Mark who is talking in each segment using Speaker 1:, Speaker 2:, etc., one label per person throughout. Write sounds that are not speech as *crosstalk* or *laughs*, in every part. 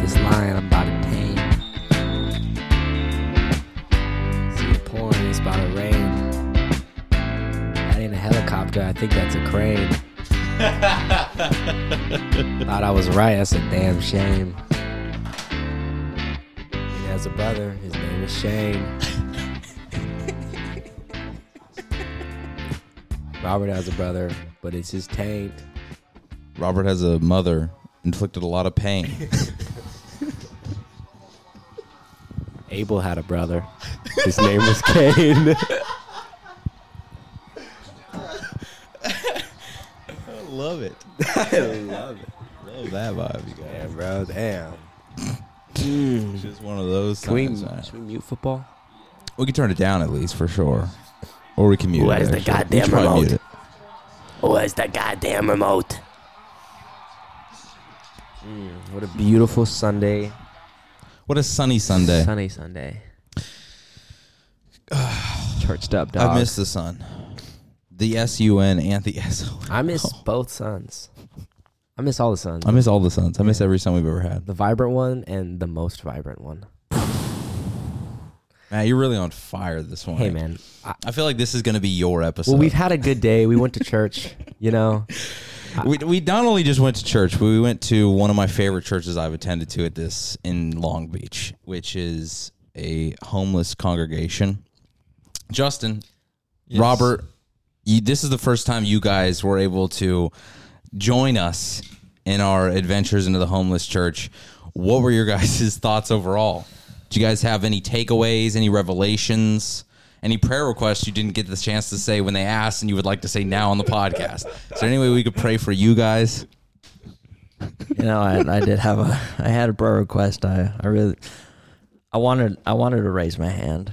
Speaker 1: this line about the pain. See, the porn is about to rain. That ain't a helicopter. I think that's a crane. Thought I was right. That's a damn shame. He has a brother. His name is Shane. Robert has a brother, but it's his taint.
Speaker 2: Robert has a mother, inflicted a lot of *laughs* pain.
Speaker 1: Abel had a brother. His name was Cain. *laughs*
Speaker 2: Love it. I love it. Love that vibe, you guys.
Speaker 1: Damn, bro. Damn.
Speaker 2: It's just one of those
Speaker 1: Can we,
Speaker 2: times. man.
Speaker 1: should we mute football?
Speaker 2: We can turn it down at least for sure, or we can mute.
Speaker 1: Where's
Speaker 2: it,
Speaker 1: the
Speaker 2: actually.
Speaker 1: goddamn
Speaker 2: We should probably
Speaker 1: remote?
Speaker 2: mute it.
Speaker 1: Where's Oh, the goddamn remote? Mm, what a beautiful Sunday.
Speaker 2: What a sunny Sunday.
Speaker 1: Sunny *sighs* Sunday. Churched up, dog.
Speaker 2: I miss the sun, the S U N and the *laughs* S O.
Speaker 1: I miss both suns. I miss all the suns.
Speaker 2: I miss all the suns. I miss every sun we've ever had.
Speaker 1: the vibrant one and the most vibrant one.
Speaker 2: Man, you're really on fire this morning.
Speaker 1: Hey, man. I,
Speaker 2: I feel like this is going to be your episode.
Speaker 1: well, we've had a good day. We went to church, you know.
Speaker 2: *laughs* we, we not only just went to church, but we went to one of my favorite churches I've attended to at this in Long Beach, which is a homeless congregation. Justin, Robert, you, this is the first time you guys were able to join us in our adventures into the homeless church. What were your guys' *laughs* thoughts overall? Do you guys have any takeaways, any revelations, any prayer requests you didn't get the chance to say when they asked and you would like to say now on the podcast? Is there any way we could pray for you guys?
Speaker 3: you know, I, I did have a, *laughs* I had a prayer request. I, I really, I wanted, I wanted to raise my hand.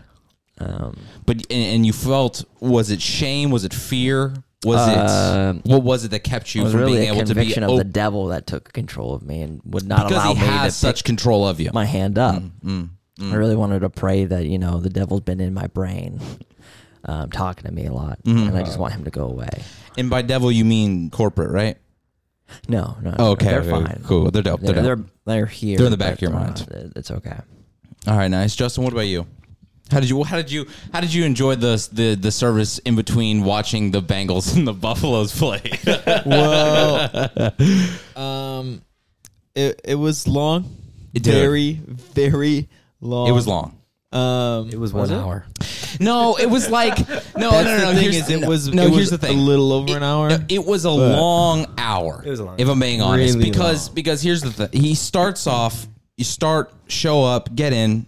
Speaker 3: Um,
Speaker 2: But and, and you felt was it shame? Was it fear? Was
Speaker 3: Uh,
Speaker 2: it what was it that kept
Speaker 3: it
Speaker 2: you
Speaker 3: was
Speaker 2: from
Speaker 3: really
Speaker 2: being
Speaker 3: a
Speaker 2: able to be
Speaker 3: conviction of the
Speaker 2: open?
Speaker 3: devil that took control of me and would not
Speaker 2: because
Speaker 3: allow
Speaker 2: he
Speaker 3: me to
Speaker 2: has such Mm,
Speaker 3: pick
Speaker 2: control of you?
Speaker 3: my hand up. I really wanted to pray that you know the devil's been in my brain, um, talking to me a lot,
Speaker 2: Mm-hmm.
Speaker 3: and I just want him to go away.
Speaker 2: And by devil, you mean corporate, right?
Speaker 3: No, no, no,
Speaker 2: Okay,
Speaker 3: they're
Speaker 2: okay,
Speaker 3: fine.
Speaker 2: cool. They're dope. They're,
Speaker 3: They're,
Speaker 2: dope.
Speaker 3: they're they're here.
Speaker 2: They're in the back
Speaker 3: but
Speaker 2: of your
Speaker 3: they're
Speaker 2: mind.
Speaker 3: not. It's okay.
Speaker 2: All right, nice. Justin, what about you? How did you? How did you? How did you enjoy the the the service in between watching the Bengals *laughs* and the Buffaloes play?
Speaker 4: well, um, it it was long,
Speaker 2: It did.
Speaker 4: very very long.
Speaker 2: it was long.
Speaker 4: Um,
Speaker 1: It was
Speaker 4: was
Speaker 1: one
Speaker 4: it?
Speaker 1: hour.
Speaker 2: No, it was like no, no,
Speaker 4: That's
Speaker 2: no, no.
Speaker 4: the thing
Speaker 2: here's,
Speaker 4: is it
Speaker 2: no,
Speaker 4: was
Speaker 2: no.
Speaker 4: it
Speaker 2: here's
Speaker 4: was
Speaker 2: the thing.
Speaker 4: a little over
Speaker 2: It-
Speaker 4: an hour.
Speaker 2: no, It was a long hour. It
Speaker 1: was a long
Speaker 2: If I'm being honest,
Speaker 4: Really
Speaker 2: because because here's the thing. He starts off. You start, show up, get in.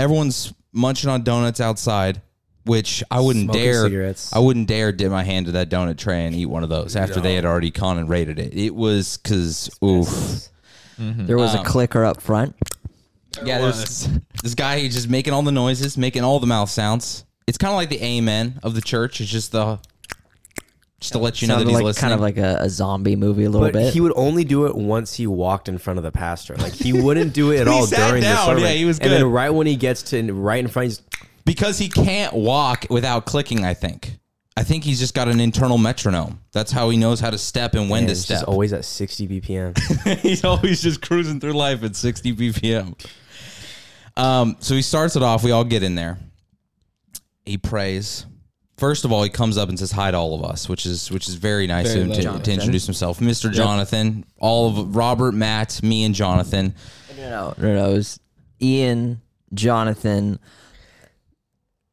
Speaker 2: Everyone's munching on donuts outside, which I wouldn't
Speaker 1: Smoking
Speaker 2: dare.
Speaker 1: cigarettes.
Speaker 2: I wouldn't dare dip my hand to that donut tray and eat one of those after they had already con and rated it. It was because oof.
Speaker 3: There was
Speaker 2: Um,
Speaker 3: a clicker up front.
Speaker 2: Yeah, there's this guy he's just making all the noises, making all the mouth sounds. It's kind of like the amen of the church. It's just the just to let you know that
Speaker 3: Sounded
Speaker 2: he's
Speaker 3: like
Speaker 2: listening.
Speaker 3: kind of like a, a zombie movie a little
Speaker 1: But
Speaker 3: bit.
Speaker 1: he would only do it once he walked in front of the pastor. Like he wouldn't do it at
Speaker 2: *laughs* When he
Speaker 1: all
Speaker 2: sat
Speaker 1: during the
Speaker 2: down,
Speaker 1: sermon.
Speaker 2: yeah, he was
Speaker 1: And then
Speaker 2: good.
Speaker 1: right when he gets to right in front, he's
Speaker 2: because he can't walk without clicking. I think. I think he's just got an internal metronome. That's how he knows how to step and when
Speaker 1: and
Speaker 2: to
Speaker 1: it's just
Speaker 2: step.
Speaker 1: always at 60 BPM.
Speaker 2: *laughs* he's always just cruising through life at 60 BPM. Um, so he starts it off. We all get in there. He prays. First of all, he comes up and says hi to all of us, which is which is very nice
Speaker 4: Very
Speaker 2: of him to,
Speaker 4: lovely.
Speaker 2: to introduce himself. Mr. Jonathan, all of Robert, Matt, me, and Jonathan.
Speaker 3: No, no, no. It was Ian, Jonathan,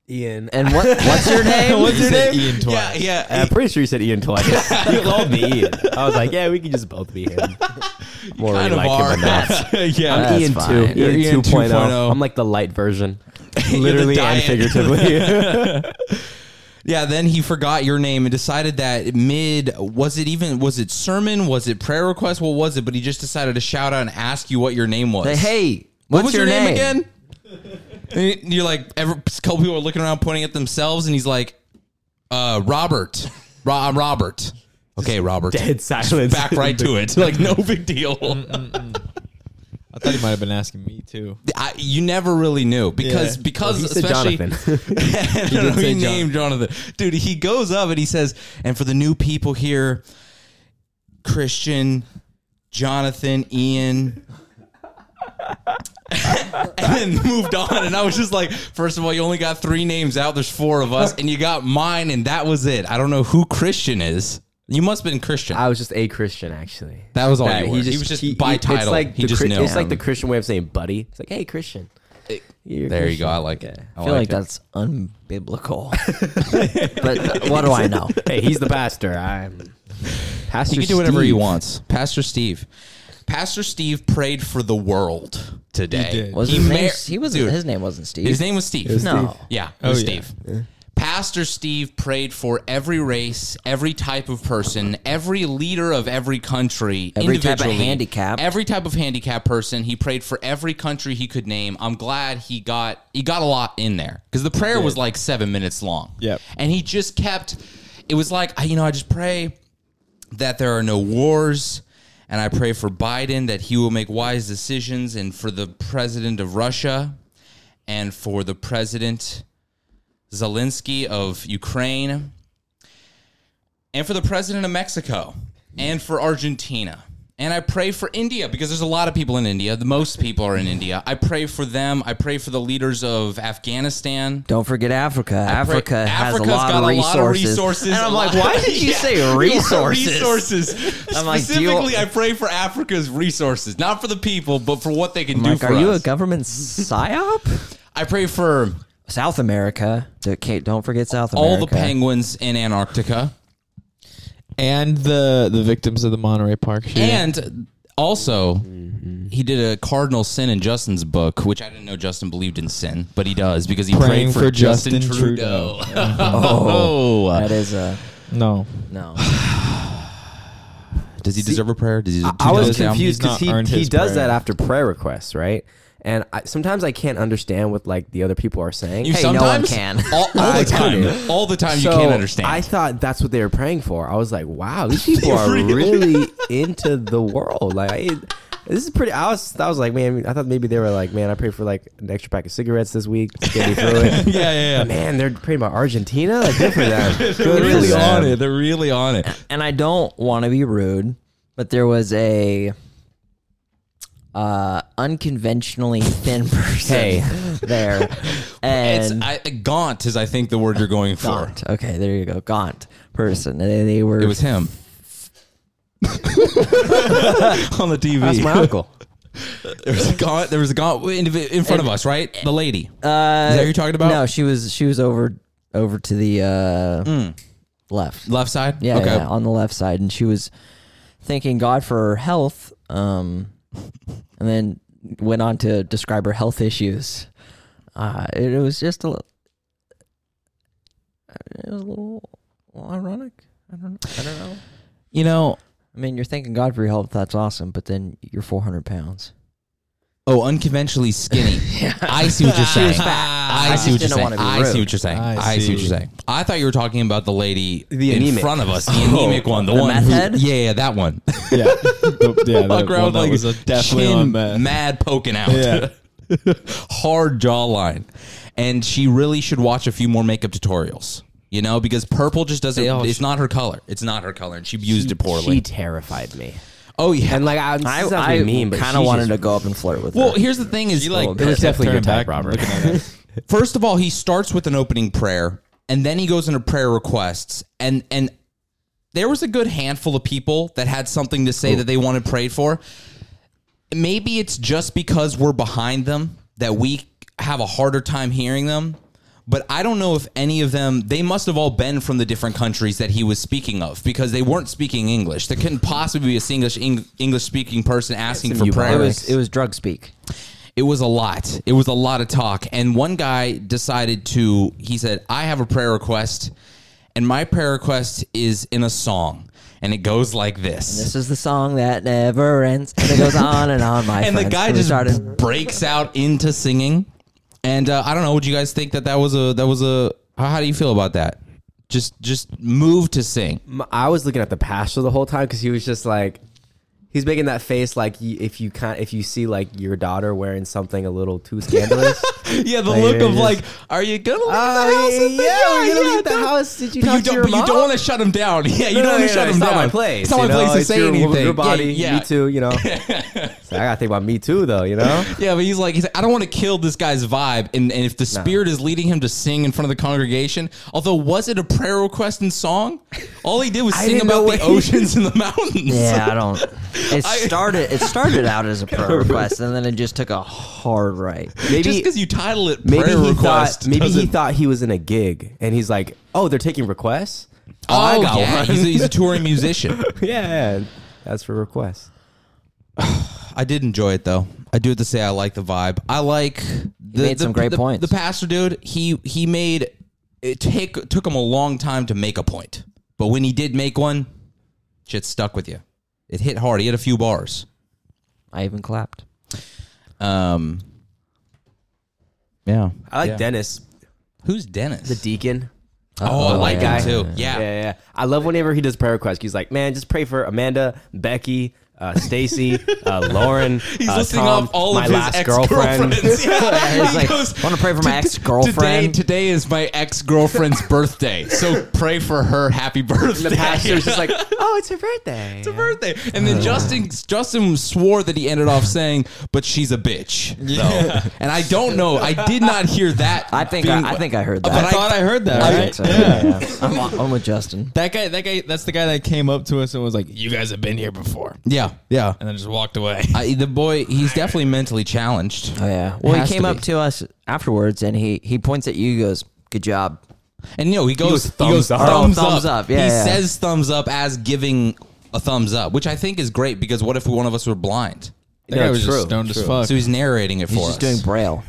Speaker 1: Ian.
Speaker 3: and what?
Speaker 2: *laughs*
Speaker 3: What's your name?
Speaker 2: What's your
Speaker 4: said
Speaker 2: name?
Speaker 4: Ian
Speaker 2: Yeah,
Speaker 4: twice.
Speaker 2: yeah.
Speaker 1: I'm pretty sure you said Ian
Speaker 2: *laughs*
Speaker 1: twice. *laughs* you called me Ian. I was like, yeah, we can just both be
Speaker 2: *laughs*
Speaker 1: him. More
Speaker 2: kind of
Speaker 1: like him
Speaker 2: are.
Speaker 1: than
Speaker 2: *laughs*
Speaker 1: not.
Speaker 2: *laughs* yeah.
Speaker 1: I'm
Speaker 3: That's
Speaker 1: Ian
Speaker 3: fine.
Speaker 1: 2. Ian,
Speaker 2: You're Ian
Speaker 1: 2.0.
Speaker 2: 2.0.
Speaker 1: I'm like the light
Speaker 2: *laughs*
Speaker 1: version.
Speaker 2: the
Speaker 1: Literally and
Speaker 2: diet. *laughs*
Speaker 1: figuratively.
Speaker 2: Yeah, then he forgot your name and decided that mid was it even was it sermon was it prayer request what was it? But he just decided to shout out and ask you what your name was.
Speaker 3: Say, hey,
Speaker 2: what
Speaker 3: what's
Speaker 2: was your, name, again? And you're like, every, a couple people are looking around pointing at themselves, and he's like, uh, Robert. Ro- I'm Robert. Okay, Robert.
Speaker 1: Dead silence.
Speaker 2: Back right to it. Like no big deal.
Speaker 4: I thought he might have been asking me too.
Speaker 2: I, you never really knew because
Speaker 4: Yeah.
Speaker 2: because
Speaker 1: He said
Speaker 2: especially *laughs*
Speaker 1: Jonathan.
Speaker 2: I don't know,
Speaker 4: did
Speaker 2: he
Speaker 4: say
Speaker 2: named Jonathan. Dude, he goes up and he says, and for the new people here, Christian, Jonathan, Ian, *laughs* and then moved on. And I was just like, first of all, you only got three names out. There's four of us, and you got mine, and that was it. I don't know who Christian is. You must have been Christian.
Speaker 1: I was just a Christian, actually.
Speaker 2: that was all
Speaker 1: Yeah,
Speaker 2: you were. He, was just by
Speaker 1: he-
Speaker 2: title.
Speaker 1: It's like
Speaker 2: he
Speaker 1: the,
Speaker 2: just
Speaker 1: Chri-
Speaker 2: knew.
Speaker 1: It's like the Christian way of saying buddy. It's like, hey, Christian. You're
Speaker 2: there you
Speaker 1: Christian.
Speaker 2: go. I like it.
Speaker 3: I feel like,
Speaker 2: it.
Speaker 3: that's
Speaker 2: *laughs*
Speaker 3: unbiblical. but uh, what do I know?
Speaker 1: Hey, he's the pastor. I'm *laughs* pastor.
Speaker 2: He can do whatever he
Speaker 1: Steve.
Speaker 2: wants. Pastor Steve. Pastor Steve prayed for the world today.
Speaker 4: He did.
Speaker 3: Was
Speaker 2: He
Speaker 3: his name?
Speaker 2: mar-
Speaker 3: He was
Speaker 2: Dude,
Speaker 3: his name wasn't Steve.
Speaker 2: His name was Steve.
Speaker 3: no.
Speaker 2: Yeah, it was
Speaker 4: Oh, yeah.
Speaker 2: Steve. Pastor Steve prayed for every race, every type of person, every leader of every country,
Speaker 3: Every type of
Speaker 2: individually,
Speaker 3: handicap.
Speaker 2: every type of handicap person. He prayed for every country he could name. I'm glad he got he got a lot in there because the prayer was like seven minutes long.
Speaker 4: Yep.
Speaker 2: and he just kept. It was like I, you know, I just pray that there are no wars. And I pray for Biden that he will make wise decisions and for the president of Russia and for the president Zelensky of Ukraine and for the president of Mexico and for Argentina. And I pray for India because there's a lot of people in India. The most people are in India. I pray for them. I pray for the leaders of Afghanistan.
Speaker 3: Don't forget Africa.
Speaker 2: Pray-
Speaker 3: Africa has a
Speaker 2: Africa's
Speaker 3: lot,
Speaker 2: got
Speaker 3: of
Speaker 2: a lot of resources.
Speaker 3: And I'm
Speaker 2: a
Speaker 3: like,
Speaker 2: lot-
Speaker 3: why did
Speaker 2: *laughs*
Speaker 3: you
Speaker 2: Yeah,
Speaker 3: say resources?
Speaker 2: Resources.
Speaker 3: I'm like, do
Speaker 2: *laughs*
Speaker 3: you-
Speaker 2: Specifically, I pray for Africa's resources, not for the people, but for what they can
Speaker 3: I'm
Speaker 2: do
Speaker 3: like,
Speaker 2: for
Speaker 3: are
Speaker 2: us.
Speaker 3: you a government psyop?
Speaker 2: I pray for
Speaker 3: South America. Don't- Kate, don't forget South America.
Speaker 2: all the penguins in Antarctica.
Speaker 4: and the the victims of the Monterey Park shooting.
Speaker 2: And also, he did a cardinal sin in Justin's book, which I didn't know Justin believed in sin, but he does because he
Speaker 4: Praying
Speaker 2: prayed for,
Speaker 4: for
Speaker 2: Justin,
Speaker 4: Justin
Speaker 2: Trudeau.
Speaker 3: Oh, that is a
Speaker 4: no,
Speaker 3: no.
Speaker 2: Does he deserve a prayer? Does he?
Speaker 1: I was
Speaker 4: does now.
Speaker 1: confused
Speaker 4: He's
Speaker 1: because
Speaker 4: not
Speaker 1: he,
Speaker 4: earned
Speaker 1: he
Speaker 4: his
Speaker 1: does
Speaker 4: *laughs* prayer.
Speaker 1: that after prayer requests, right? And I, sometimes I can't understand what like the other people are saying.
Speaker 2: *laughs* You
Speaker 3: Hey, no one
Speaker 2: sometimes *laughs*
Speaker 3: can.
Speaker 2: all, all
Speaker 1: I
Speaker 2: the
Speaker 1: couldn't.
Speaker 2: time, all the time you
Speaker 1: So,
Speaker 2: can't understand.
Speaker 1: I thought that's what they were praying for. I was like, wow,
Speaker 2: *laughs*
Speaker 1: these people are really into the world. Like, I, this is pretty. I was, I was like, man, I thought maybe they were like, man, I prayed for like an extra pack of cigarettes this week to get me through
Speaker 2: *laughs*
Speaker 1: it.
Speaker 2: yeah, yeah,
Speaker 1: But *laughs* man, they're praying about Argentina. Like, good for them. Good for
Speaker 2: really
Speaker 1: them.
Speaker 2: on it. They're really on it.
Speaker 3: and I don't want to be rude, but there was a uh, unconventionally thin *laughs* person
Speaker 1: Hey.
Speaker 3: there,
Speaker 2: *laughs* It's
Speaker 3: and
Speaker 2: I, gaunt is I think the word you're going for.
Speaker 3: gaunt. Okay, there you go, gaunt person, and they, they were.
Speaker 2: It was him *laughs* on the TV.
Speaker 1: That's my uncle.
Speaker 2: *laughs* There was a gaunt. There was a gaunt in, in front of us, right? The lady.
Speaker 3: uh,
Speaker 2: Is that who you're talking about?
Speaker 3: No, she was she was over over to the uh,
Speaker 2: Hmm.
Speaker 3: left.
Speaker 2: Left side.
Speaker 3: Yeah,
Speaker 2: Okay.
Speaker 3: yeah, on the left side, and she was thanking God for her health, um, and then went on to describe her health issues. Uh, it, it was just a, li- uh, it was a little ironic. I don't, I don't know.
Speaker 2: You know.
Speaker 3: I mean, you're thanking God for your health. That's awesome, but then you're 400 pounds.
Speaker 2: Oh, unconventionally
Speaker 3: *laughs*
Speaker 2: skinny. I see what you're saying. I, see what you're
Speaker 3: just didn't
Speaker 2: saying.
Speaker 3: wanna be
Speaker 2: I see
Speaker 3: rude.
Speaker 2: what you're saying. I
Speaker 4: I
Speaker 2: see what
Speaker 4: see.
Speaker 2: you're saying. I thought you were talking about the lady
Speaker 1: The
Speaker 2: in
Speaker 1: anemic.
Speaker 2: front of us, the anemic one, the,
Speaker 3: the
Speaker 2: one.
Speaker 3: meth
Speaker 2: who-
Speaker 3: head?
Speaker 2: Yeah, yeah, that one.
Speaker 4: yeah, The- yeah, that,
Speaker 2: Fuck around
Speaker 4: well, that
Speaker 2: like
Speaker 4: was a definitely
Speaker 2: chin
Speaker 4: on meth.
Speaker 2: mad poking out.
Speaker 4: Yeah.
Speaker 2: *laughs* Hard jawline. And she really should watch a few more makeup tutorials. You know, because purple just doesn't
Speaker 4: all-
Speaker 2: it's not her color. It's not her color. And she used it poorly.
Speaker 1: She terrified me.
Speaker 2: oh yeah.
Speaker 1: And like, I, I,
Speaker 3: I,
Speaker 1: mean, but
Speaker 3: kind of wanted to go up and flirt with
Speaker 2: well,
Speaker 3: her.
Speaker 2: here's the thing is like
Speaker 1: It was definitely your type, Robert.
Speaker 2: first of all, he starts with an opening prayer, and then he goes into prayer requests, and and there was a good handful of people that had something to say that they wanted prayed for. Maybe it's just because we're behind them that we have a harder time hearing them. But I don't know if any of them, they must have all been from the different countries that he was speaking of because they weren't speaking English. There couldn't possibly be a single English speaking person asking for prayer.
Speaker 3: it was it was drug speak.
Speaker 2: It was a lot. It was a lot of talk. And one guy decided to, he said, I have a prayer request, and my prayer request is in a song. And it goes like this.
Speaker 3: This is the song that never ends, and it goes on and on. My
Speaker 2: and the
Speaker 3: friends.
Speaker 2: guy
Speaker 3: *laughs* And we
Speaker 2: just
Speaker 3: started.
Speaker 2: breaks out into singing. And uh, I don't know. Would you guys think that that was a, that was a, how, how do you feel about that? Just, just move
Speaker 1: *laughs*
Speaker 2: to sing.
Speaker 1: M- I was looking at the pastor the whole time because he was just like, he's making that face like y- if you can if you see like your daughter wearing something a little too
Speaker 2: *laughs*
Speaker 1: scandalous.
Speaker 2: Yeah, the
Speaker 1: Like,
Speaker 2: look
Speaker 1: they're
Speaker 2: of
Speaker 1: just-
Speaker 2: like, are you gonna leave the
Speaker 1: Uh,
Speaker 2: house?
Speaker 1: yeah,
Speaker 2: And then-
Speaker 1: we're gonna leave the
Speaker 2: don't-
Speaker 1: house. Did you
Speaker 2: but
Speaker 1: talk
Speaker 2: you
Speaker 1: to
Speaker 2: don't,
Speaker 1: your
Speaker 2: but you don't
Speaker 1: mom?
Speaker 2: want to shut him down. *laughs* Yeah, you
Speaker 1: No,
Speaker 2: don't
Speaker 1: no,
Speaker 2: want
Speaker 1: no,
Speaker 2: to shut
Speaker 1: no,
Speaker 2: him
Speaker 1: it's not
Speaker 2: down.
Speaker 1: my place.
Speaker 2: It's not my
Speaker 1: you know?
Speaker 2: place to
Speaker 1: It's
Speaker 2: say
Speaker 1: your-
Speaker 2: anything. *laughs*
Speaker 1: Your body,
Speaker 2: yeah, yeah.
Speaker 1: me too. You know. So I gotta think about me too, though. You know,
Speaker 2: Yeah, but he's like, he's like, I don't want to kill this guy's vibe. And, and if the spirit is leading him to sing in front of the congregation, although was it a prayer request and song? All he did
Speaker 1: *laughs*
Speaker 2: was sing
Speaker 1: didn't know
Speaker 2: about the
Speaker 1: what he- *laughs*
Speaker 2: oceans and the mountains. *laughs*
Speaker 3: Yeah, I don't. It
Speaker 2: I-
Speaker 3: started. It started out as
Speaker 2: *laughs*
Speaker 3: a prayer request, and then it just took a hard right.
Speaker 2: Just
Speaker 1: maybe
Speaker 2: because you title it
Speaker 1: maybe
Speaker 2: prayer
Speaker 1: he
Speaker 2: request,
Speaker 1: thought maybe he
Speaker 2: doesn't-
Speaker 1: thought he was in a gig, and he's like, oh, they're taking requests.
Speaker 2: Oh,
Speaker 1: I got
Speaker 2: yeah,
Speaker 1: one. *laughs*
Speaker 2: He's, a, he's a touring musician.
Speaker 1: Yeah, that's for requests.
Speaker 2: I did enjoy it though. I do have to say I like the vibe. I like the,
Speaker 3: made
Speaker 2: the-
Speaker 3: some great
Speaker 2: the-
Speaker 3: points.
Speaker 2: The pastor dude, he he made it take took him a long time to make a point, but when he did make one, shit stuck with you. It hit hard. He had a few bars.
Speaker 3: I
Speaker 2: *laughs*
Speaker 3: even clapped.
Speaker 2: Um, yeah.
Speaker 1: I like
Speaker 2: Yeah.
Speaker 1: Dennis,
Speaker 2: Who's Dennis?
Speaker 1: the deacon.
Speaker 2: oh, I like
Speaker 1: yeah.
Speaker 2: him too.
Speaker 1: Yeah.
Speaker 2: Yeah.
Speaker 1: yeah, I love whenever he does prayer requests. He's like, man, just pray for Amanda, Becky, uh, *laughs* Stacy, uh, Lauren.
Speaker 2: He's
Speaker 1: uh,
Speaker 2: listing
Speaker 1: Tom,
Speaker 2: off all
Speaker 1: my
Speaker 2: of his
Speaker 1: last
Speaker 2: ex
Speaker 1: girlfriend.
Speaker 2: girlfriends.
Speaker 3: And he's like, "Want to pray for my
Speaker 2: Today,
Speaker 3: ex-girlfriend?"
Speaker 2: today is my ex girlfriend's birthday, so pray for her happy
Speaker 1: *laughs* *laughs*
Speaker 2: birthday.
Speaker 1: the pastor's just
Speaker 2: *laughs*
Speaker 1: like, oh, it's her birthday.
Speaker 2: It's her birthday, and then Justin Justin swore that he ended off saying, "But she's a bitch." Yeah. and I don't know. I did not hear that.
Speaker 3: I think.
Speaker 2: being-
Speaker 3: I, I think I heard that.
Speaker 2: Oh, But
Speaker 4: I thought I heard that.
Speaker 3: I
Speaker 4: Right?
Speaker 3: think so. Yeah, yeah. I'm, on- I'm with Justin.
Speaker 4: That guy. That guy. That's the guy that came up to us and was like, "You guys have been here before,"
Speaker 2: Yeah, yeah.
Speaker 4: and then just walked away.
Speaker 2: I, the boy, he's definitely mentally challenged.
Speaker 3: Oh yeah. Well,
Speaker 2: Has
Speaker 3: he came
Speaker 2: to
Speaker 3: up
Speaker 2: be.
Speaker 3: to us afterwards, and he he points at you. He goes, "Good job."
Speaker 2: and no, he goes, he
Speaker 1: thumbs
Speaker 2: goes,
Speaker 1: up.
Speaker 2: thumbs,
Speaker 3: Thumbs up, yeah,
Speaker 2: he
Speaker 3: yeah.
Speaker 2: says thumbs up as giving a thumbs up, which I think is great because what if one of us were blind?
Speaker 4: *laughs* that
Speaker 1: No,
Speaker 4: guy was
Speaker 1: true,
Speaker 4: just stoned
Speaker 1: true.
Speaker 4: as fuck.
Speaker 2: So he's narrating it
Speaker 3: He's
Speaker 2: for
Speaker 3: just
Speaker 2: us. *laughs*
Speaker 3: doing braille.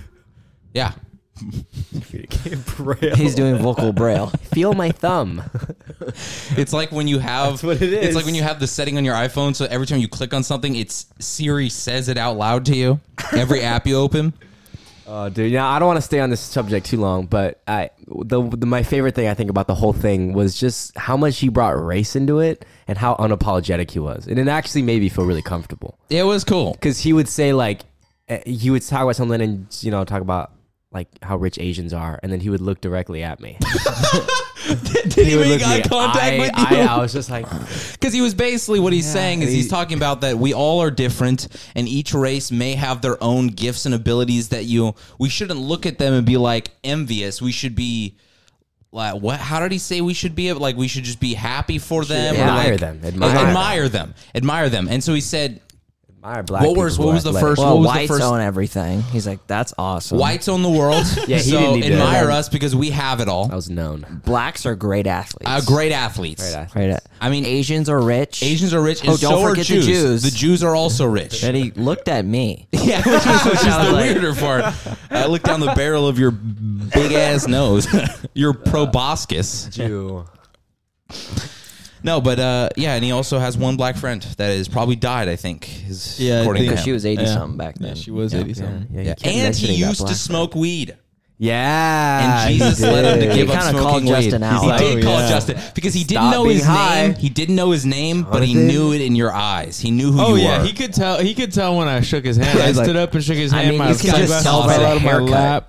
Speaker 2: yeah,
Speaker 3: He's doing
Speaker 2: *laughs*
Speaker 3: vocal braille.
Speaker 1: Feel my thumb.
Speaker 2: It's like when you have
Speaker 1: what it
Speaker 2: It's like
Speaker 1: is.
Speaker 2: when you have the setting on your iPhone, so every time you click on something, it's Siri says it out loud to you. Every app you open.
Speaker 1: Oh, dude. Now I don't want to stay on this subject too long, but I the, the my favorite thing I think about the whole thing was just how much he brought race into it and how unapologetic he was, and it actually made me feel really comfortable
Speaker 2: It was cool.
Speaker 1: because he would say like eh, he would talk about something and you know talk about like how rich Asians are, and then he would look directly at
Speaker 2: *laughs*
Speaker 1: me.
Speaker 2: Did
Speaker 1: he
Speaker 2: he
Speaker 1: would
Speaker 2: make
Speaker 1: look
Speaker 2: eye
Speaker 1: at me. I,
Speaker 2: contact with
Speaker 1: I,
Speaker 2: you?
Speaker 1: I was just like,
Speaker 2: Because he was basically what he's saying is
Speaker 1: he-
Speaker 2: he's talking about that we all are different, and each race may have their own gifts and abilities that you we shouldn't look at them and be like envious. We should be like what? How did he say we should be? Like we should just be happy for them, or,
Speaker 1: admire
Speaker 2: like,
Speaker 1: them, admire
Speaker 2: admire,
Speaker 1: them.
Speaker 2: them, admire them. And so he said,
Speaker 1: my black.
Speaker 2: What was-
Speaker 1: people
Speaker 2: what
Speaker 1: were
Speaker 2: was the
Speaker 1: athletic."
Speaker 2: first- So what
Speaker 3: Well,
Speaker 2: was the
Speaker 3: whites
Speaker 2: first-
Speaker 3: own everything. He's like, "That's awesome."
Speaker 2: "Whites own the world,
Speaker 1: *laughs* Yeah, he
Speaker 2: so
Speaker 1: didn't need to-
Speaker 2: admire us because we have it all."
Speaker 1: I was known.
Speaker 3: blacks are great athletes.
Speaker 2: Uh, great athletes.
Speaker 3: Right. uh,
Speaker 2: I mean,
Speaker 3: Asians are rich.
Speaker 2: Asians are rich, and
Speaker 3: Oh,
Speaker 2: so
Speaker 3: don't
Speaker 2: are
Speaker 3: forget the
Speaker 2: Jews.
Speaker 3: Jews.
Speaker 2: The Jews are also rich.
Speaker 3: And he looked at me.
Speaker 2: *laughs* yeah, which
Speaker 1: *laughs*
Speaker 2: is, which is
Speaker 3: I was
Speaker 2: the
Speaker 3: *laughs* like-
Speaker 2: weirder part. I look down the barrel of your big ass nose, *laughs* your proboscis.
Speaker 1: Jew.
Speaker 2: No, but uh, yeah, and he also has one black friend that has probably died. I think. Is
Speaker 4: Yeah, I
Speaker 2: according
Speaker 4: think-
Speaker 2: to
Speaker 3: Because
Speaker 2: him.
Speaker 3: she was eighty
Speaker 4: Yeah.
Speaker 3: something back then.
Speaker 4: Yeah, she was eighty something.
Speaker 1: Yeah, you
Speaker 2: Yeah.
Speaker 1: kept
Speaker 2: And he
Speaker 1: mentioning that
Speaker 2: used to
Speaker 1: black-
Speaker 2: smoke weed.
Speaker 1: Yeah,
Speaker 2: And
Speaker 1: he
Speaker 2: Jesus led him
Speaker 1: did.
Speaker 2: to give
Speaker 3: Ah, He
Speaker 2: up
Speaker 3: kinda
Speaker 2: smoking
Speaker 3: called
Speaker 2: weed.
Speaker 3: Justin out.
Speaker 2: He
Speaker 3: He's
Speaker 2: did
Speaker 4: like,
Speaker 2: call
Speaker 4: yeah.
Speaker 2: Justin because he didn't
Speaker 1: Stop
Speaker 2: know
Speaker 1: being
Speaker 2: his
Speaker 1: high.
Speaker 2: name. He didn't know his name, but he
Speaker 1: Jonathan.
Speaker 2: knew it in your eyes. He knew who
Speaker 4: Oh
Speaker 2: you
Speaker 4: yeah,
Speaker 2: were.
Speaker 4: he could tell. He could tell when I shook his hand.
Speaker 3: Yeah,
Speaker 4: I
Speaker 3: he's like-
Speaker 4: stood up and shook his
Speaker 3: I
Speaker 4: hand.
Speaker 3: mean,
Speaker 4: my
Speaker 3: you can
Speaker 2: just
Speaker 4: sunglasses
Speaker 2: tell by
Speaker 4: fell
Speaker 2: the
Speaker 4: out of my
Speaker 3: haircut.
Speaker 4: lap.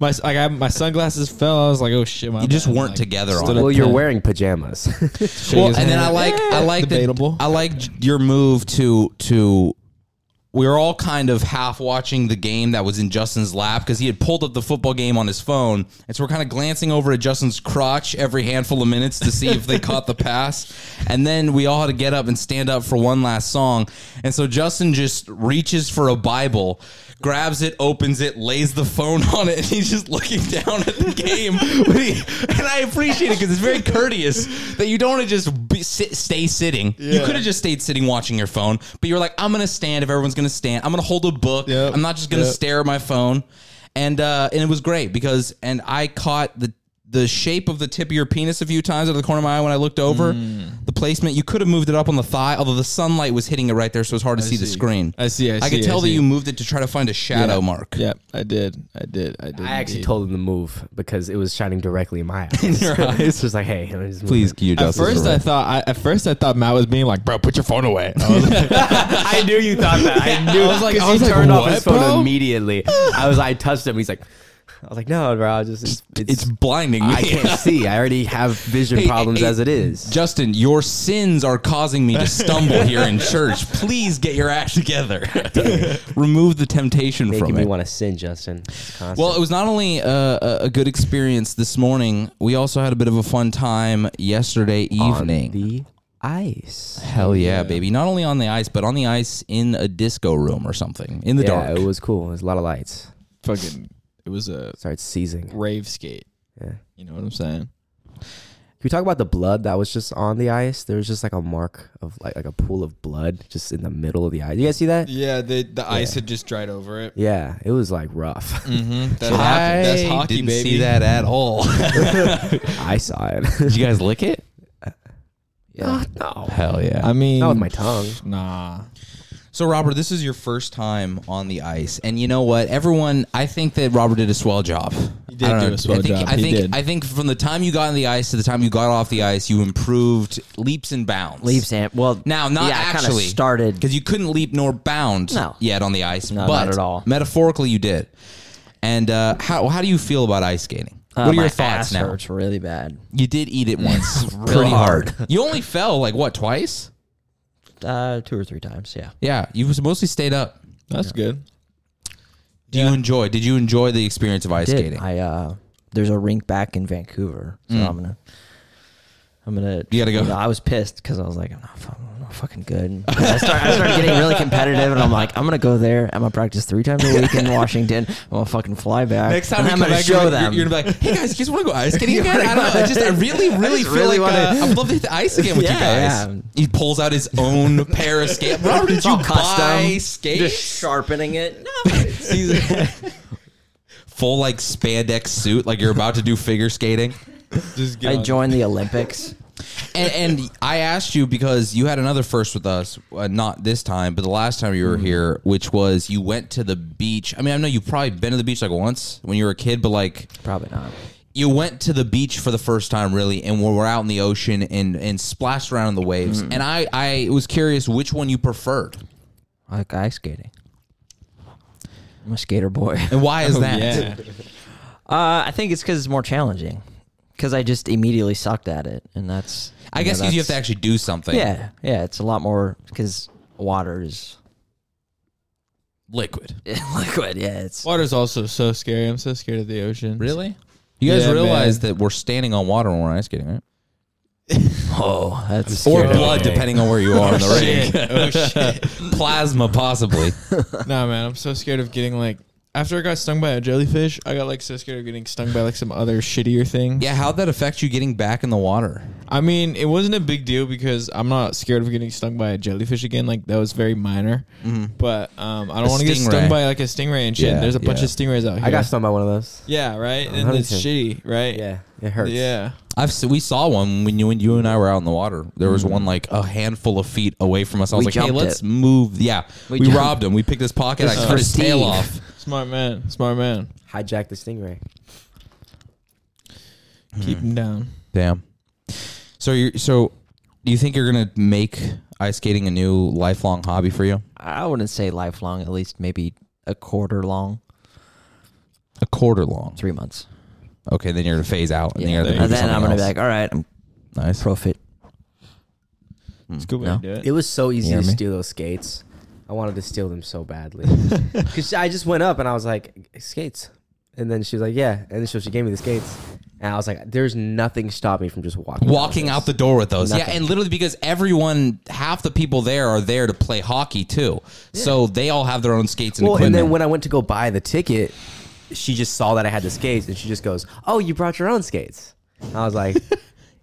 Speaker 4: My, I got my sunglasses fell. I was like, oh shit, my
Speaker 2: You just
Speaker 4: bad.
Speaker 2: weren't
Speaker 4: Like,
Speaker 2: together on
Speaker 4: stood
Speaker 2: it.
Speaker 1: *laughs*
Speaker 4: up
Speaker 1: Well, you're
Speaker 4: to
Speaker 1: wearing pajamas. *laughs*
Speaker 4: shake
Speaker 2: Well,
Speaker 4: his
Speaker 2: and then
Speaker 4: hand.
Speaker 2: I like I like
Speaker 4: Debatable.
Speaker 2: The, I like j- your move to to. We were all kind of half watching the game that was in Justin's lap because he had pulled up the football game on his phone, and so we're kind of glancing over at Justin's crotch every handful of minutes to see if they caught the pass, and then we all had to get up and stand up for one last song, and so Justin just reaches for a Bible, grabs it, opens it, lays the phone on it, and he's just looking down at the game. When he- and I appreciate it because it's very courteous that you don't want to just be, sit, stay sitting. You could have just stayed sitting watching your phone, but you're like, I'm going to stand if everyone's going to stand. I'm going to hold a book.
Speaker 4: Yep.
Speaker 2: I'm not just going to
Speaker 4: Yep.
Speaker 2: stare at my phone. And uh, and it was great because and I caught the the shape of the tip of your penis a few times out of the corner of my eye when I looked over.
Speaker 4: Mm.
Speaker 2: The placement you could have moved it up on the thigh, although the sunlight was hitting it right there, so it's hard to see, the
Speaker 4: see.
Speaker 2: screen.
Speaker 4: I see, I
Speaker 2: I could
Speaker 4: see, I
Speaker 2: tell that
Speaker 4: see.
Speaker 2: you moved it to try to find a shadow
Speaker 4: Yeah.
Speaker 2: mark.
Speaker 4: Yeah, I did. I did. I did.
Speaker 1: I actually
Speaker 4: indeed.
Speaker 1: told him to move because it was shining directly in
Speaker 2: *laughs*
Speaker 1: my eyes. in
Speaker 2: your
Speaker 1: *laughs*
Speaker 2: eyes.
Speaker 1: it's just like, hey, let me just move it.
Speaker 2: can you
Speaker 4: At first, I thought. I, at first, I thought Matt was being like, "Bro, put your phone away." I was like,
Speaker 1: I
Speaker 2: *laughs*
Speaker 4: *laughs*
Speaker 1: knew you thought that. I knew. I was like,
Speaker 4: I was
Speaker 1: he
Speaker 4: like, "Oh,
Speaker 1: turned off
Speaker 4: what,
Speaker 1: his phone
Speaker 4: bro?
Speaker 1: immediately. I was, I touched him. He's like, I was like, no, bro. It's just it's,
Speaker 2: It's blinding me.
Speaker 1: I
Speaker 2: *laughs*
Speaker 1: can't see. I already have vision
Speaker 2: Hey,
Speaker 1: problems
Speaker 2: hey,
Speaker 1: as it is.
Speaker 2: Justin, your sins are causing me to *laughs* stumble here in church. Please get your act together. *laughs* Remove the temptation
Speaker 1: Making
Speaker 2: from
Speaker 1: me
Speaker 2: it.
Speaker 1: want to sin, Justin. It's constant.
Speaker 2: Well, it was not only uh, a, a good experience this morning, we also had a bit of a fun time yesterday
Speaker 1: On
Speaker 2: evening.
Speaker 1: the ice.
Speaker 2: Hell yeah, baby. Not only on the ice, but on the ice in a disco room or something in the
Speaker 1: yeah,
Speaker 2: dark.
Speaker 1: it was cool. There's a lot of lights.
Speaker 4: Fucking, it was a
Speaker 1: Started seizing.
Speaker 4: rave skate.
Speaker 1: Yeah.
Speaker 4: You know what I'm saying?
Speaker 1: Can we talk about the blood that was just on the ice? There was just like a mark of like like a pool of blood just in the middle of the ice. You guys see that?
Speaker 4: Yeah, the the ice had just dried
Speaker 1: *laughs*
Speaker 4: over it.
Speaker 1: Yeah, it was like rough.
Speaker 4: Mm-hmm. That
Speaker 2: I
Speaker 4: happened. That's hockey,
Speaker 2: didn't
Speaker 4: baby.
Speaker 2: see that at all.
Speaker 1: *laughs* I saw it.
Speaker 2: Did *laughs* you guys lick it?
Speaker 1: *laughs* Oh, no,
Speaker 2: *laughs* Hell yeah.
Speaker 4: I mean,
Speaker 1: not with my tongue.
Speaker 4: nah.
Speaker 2: So Robert, this is your first time on the ice, and you know what? Everyone, I think that Robert did a swell job. He
Speaker 4: did do a swell
Speaker 2: I think,
Speaker 4: job.
Speaker 2: I
Speaker 4: He
Speaker 2: think,
Speaker 4: did.
Speaker 2: I think from the time you got on the ice to the time you got off the ice, you improved leaps and bounds.
Speaker 3: Leaves and well,
Speaker 2: Now, not
Speaker 3: yeah, I kinda
Speaker 2: actually
Speaker 3: started.
Speaker 2: because you couldn't leap nor bound
Speaker 3: No.
Speaker 2: yet on the ice.
Speaker 3: No,
Speaker 2: but
Speaker 3: not at all.
Speaker 2: Metaphorically, you did. And uh, how how do you feel about ice skating?
Speaker 3: Uh,
Speaker 2: what are your
Speaker 3: my
Speaker 2: thoughts
Speaker 3: ass
Speaker 2: now?
Speaker 3: Hurts really bad.
Speaker 2: You did eat
Speaker 3: *laughs*
Speaker 2: it once, pretty hard. You only fell like what twice?
Speaker 3: Uh, two or three times. Yeah.
Speaker 2: Yeah, you was mostly stayed up.
Speaker 4: That's good.
Speaker 2: Do you enjoy? Did you enjoy the experience of ice
Speaker 3: did.
Speaker 2: skating? Mm.
Speaker 3: I uh, there's a rink back in Vancouver, so I'm gonna, I'm gonna.
Speaker 2: You gotta go.
Speaker 3: know, I was pissed because I was like, I'm not, fucking, I'm not fucking good. And I started, I started
Speaker 2: *laughs*
Speaker 3: getting really competitive, and I'm like, I'm gonna go there. I'm gonna practice three times a week in Washington. I'm gonna fucking fly back.
Speaker 2: Next time
Speaker 3: and
Speaker 2: we
Speaker 3: I'm
Speaker 2: come
Speaker 3: gonna
Speaker 2: back,
Speaker 3: show
Speaker 2: you're,
Speaker 3: them.
Speaker 2: you're gonna be like, "Hey guys, *laughs* you guys want to go ice skating again?" I don't know. I just, *laughs* I really, really feel
Speaker 3: really
Speaker 2: like
Speaker 3: wanna-
Speaker 2: uh, I'd love to hit the ice again with *laughs* you
Speaker 3: Yeah,
Speaker 2: guys.
Speaker 3: yeah.
Speaker 2: He pulls out his *laughs* own pair of skates. Robert, did
Speaker 3: It's
Speaker 2: you
Speaker 3: all custom.
Speaker 2: buy
Speaker 3: Just
Speaker 2: skates?
Speaker 3: sharpening it.
Speaker 2: *laughs* Full like spandex suit, like you're about to do figure skating.
Speaker 4: Just get
Speaker 3: I
Speaker 4: on-
Speaker 3: joined the Olympics.
Speaker 2: And, and I asked you because you had another first with us, uh, not this time, but the last time you
Speaker 4: Mm-hmm.
Speaker 2: were here, which was you went to the beach. I mean, I know you've probably been to the beach like once when you were a kid, but like
Speaker 3: Probably not.
Speaker 2: you went to the beach for the first time really and we were out in the ocean and and splashed around in the waves
Speaker 4: Mm-hmm.
Speaker 2: and i i was curious which one you preferred
Speaker 3: I like ice skating. I'm a skater boy. *laughs*
Speaker 2: and why is
Speaker 4: Oh,
Speaker 2: that
Speaker 4: yeah.
Speaker 3: Uh, I think it's because it's more challenging. Because I just immediately sucked at it, and that's.
Speaker 2: i guess
Speaker 3: know,
Speaker 2: because you have to
Speaker 3: that's-
Speaker 2: actually do something
Speaker 3: Yeah, yeah, it's a lot more because water is *laughs*
Speaker 2: liquid
Speaker 3: liquid. Yeah, it's.
Speaker 4: Water's also so scary. I'm so scared of the ocean.
Speaker 2: really you guys
Speaker 4: Yeah,
Speaker 2: realize
Speaker 4: man.
Speaker 2: that we're standing on water when we're ice skating right
Speaker 3: Oh, that's.
Speaker 2: or
Speaker 4: Scared.
Speaker 2: blood depending on where you are in
Speaker 4: *laughs*
Speaker 2: the ring
Speaker 4: Shit. *laughs* Oh shit.
Speaker 2: plasma possibly
Speaker 4: *laughs* nah, man. I'm so scared of getting like. After I got stung by a jellyfish, I got like so scared of getting stung by like some other shittier thing.
Speaker 2: yeah how'd that affect you getting back in the water
Speaker 4: I mean, it wasn't a big deal because I'm not scared of getting stung by a jellyfish again. Like that was very minor.
Speaker 2: Mm-hmm.
Speaker 4: But um, I don't
Speaker 2: A
Speaker 4: want to get
Speaker 2: stingray.
Speaker 4: stung by like a stingray and shit.
Speaker 2: Yeah,
Speaker 4: There's a bunch
Speaker 2: yeah.
Speaker 4: of stingrays out here.
Speaker 1: I got stung by one of those.
Speaker 4: Yeah, right. And it's shitty, right?
Speaker 1: Yeah, it hurts.
Speaker 4: Yeah.
Speaker 2: I've s- we saw one when you when you and I were out in the water. There was one like a handful of feet away from us. I was
Speaker 3: Mm-hmm. We
Speaker 2: like, "Hey,
Speaker 3: jumped
Speaker 2: let's
Speaker 3: it.
Speaker 2: move." Yeah, we,
Speaker 3: We jumped-
Speaker 2: robbed him. We picked his pocket.
Speaker 3: This
Speaker 2: I
Speaker 3: is
Speaker 2: cut
Speaker 3: for
Speaker 2: his tail
Speaker 3: Steve.
Speaker 2: off.
Speaker 4: Smart man. Smart man.
Speaker 1: hijack the stingray.
Speaker 3: Mm-hmm.
Speaker 2: Hmm.
Speaker 4: Keep him down.
Speaker 2: Damn. So you so do you think you're gonna make ice skating a new lifelong hobby for you?
Speaker 3: I wouldn't say lifelong. At least maybe a quarter long,
Speaker 2: A quarter long.
Speaker 3: three months.
Speaker 2: Okay, then you're gonna phase out. And
Speaker 3: Yeah,
Speaker 2: then,
Speaker 3: and then I'm gonna be like, all right, I'm
Speaker 2: nice.
Speaker 3: profit. Hmm.
Speaker 4: It's a good way
Speaker 3: No.
Speaker 4: to do it.
Speaker 1: It was so easy
Speaker 3: You hear
Speaker 1: to
Speaker 3: me?
Speaker 1: steal those skates. I wanted to steal them so badly
Speaker 4: *laughs*
Speaker 1: because I just went up and I was like, skates, and then she was like, yeah, and then she, she gave me the skates, and I was like, there's nothing stopped me from just walking.
Speaker 2: Walking out the door with those, yeah,
Speaker 1: Nothing.
Speaker 2: and literally because everyone, half the people there are there to play hockey too, so they all have their own skates and
Speaker 1: Well, and
Speaker 2: equipment.
Speaker 1: then when I went to go buy the ticket, she just saw that I had the skates, and she just goes, oh, you brought your own skates. And I was like,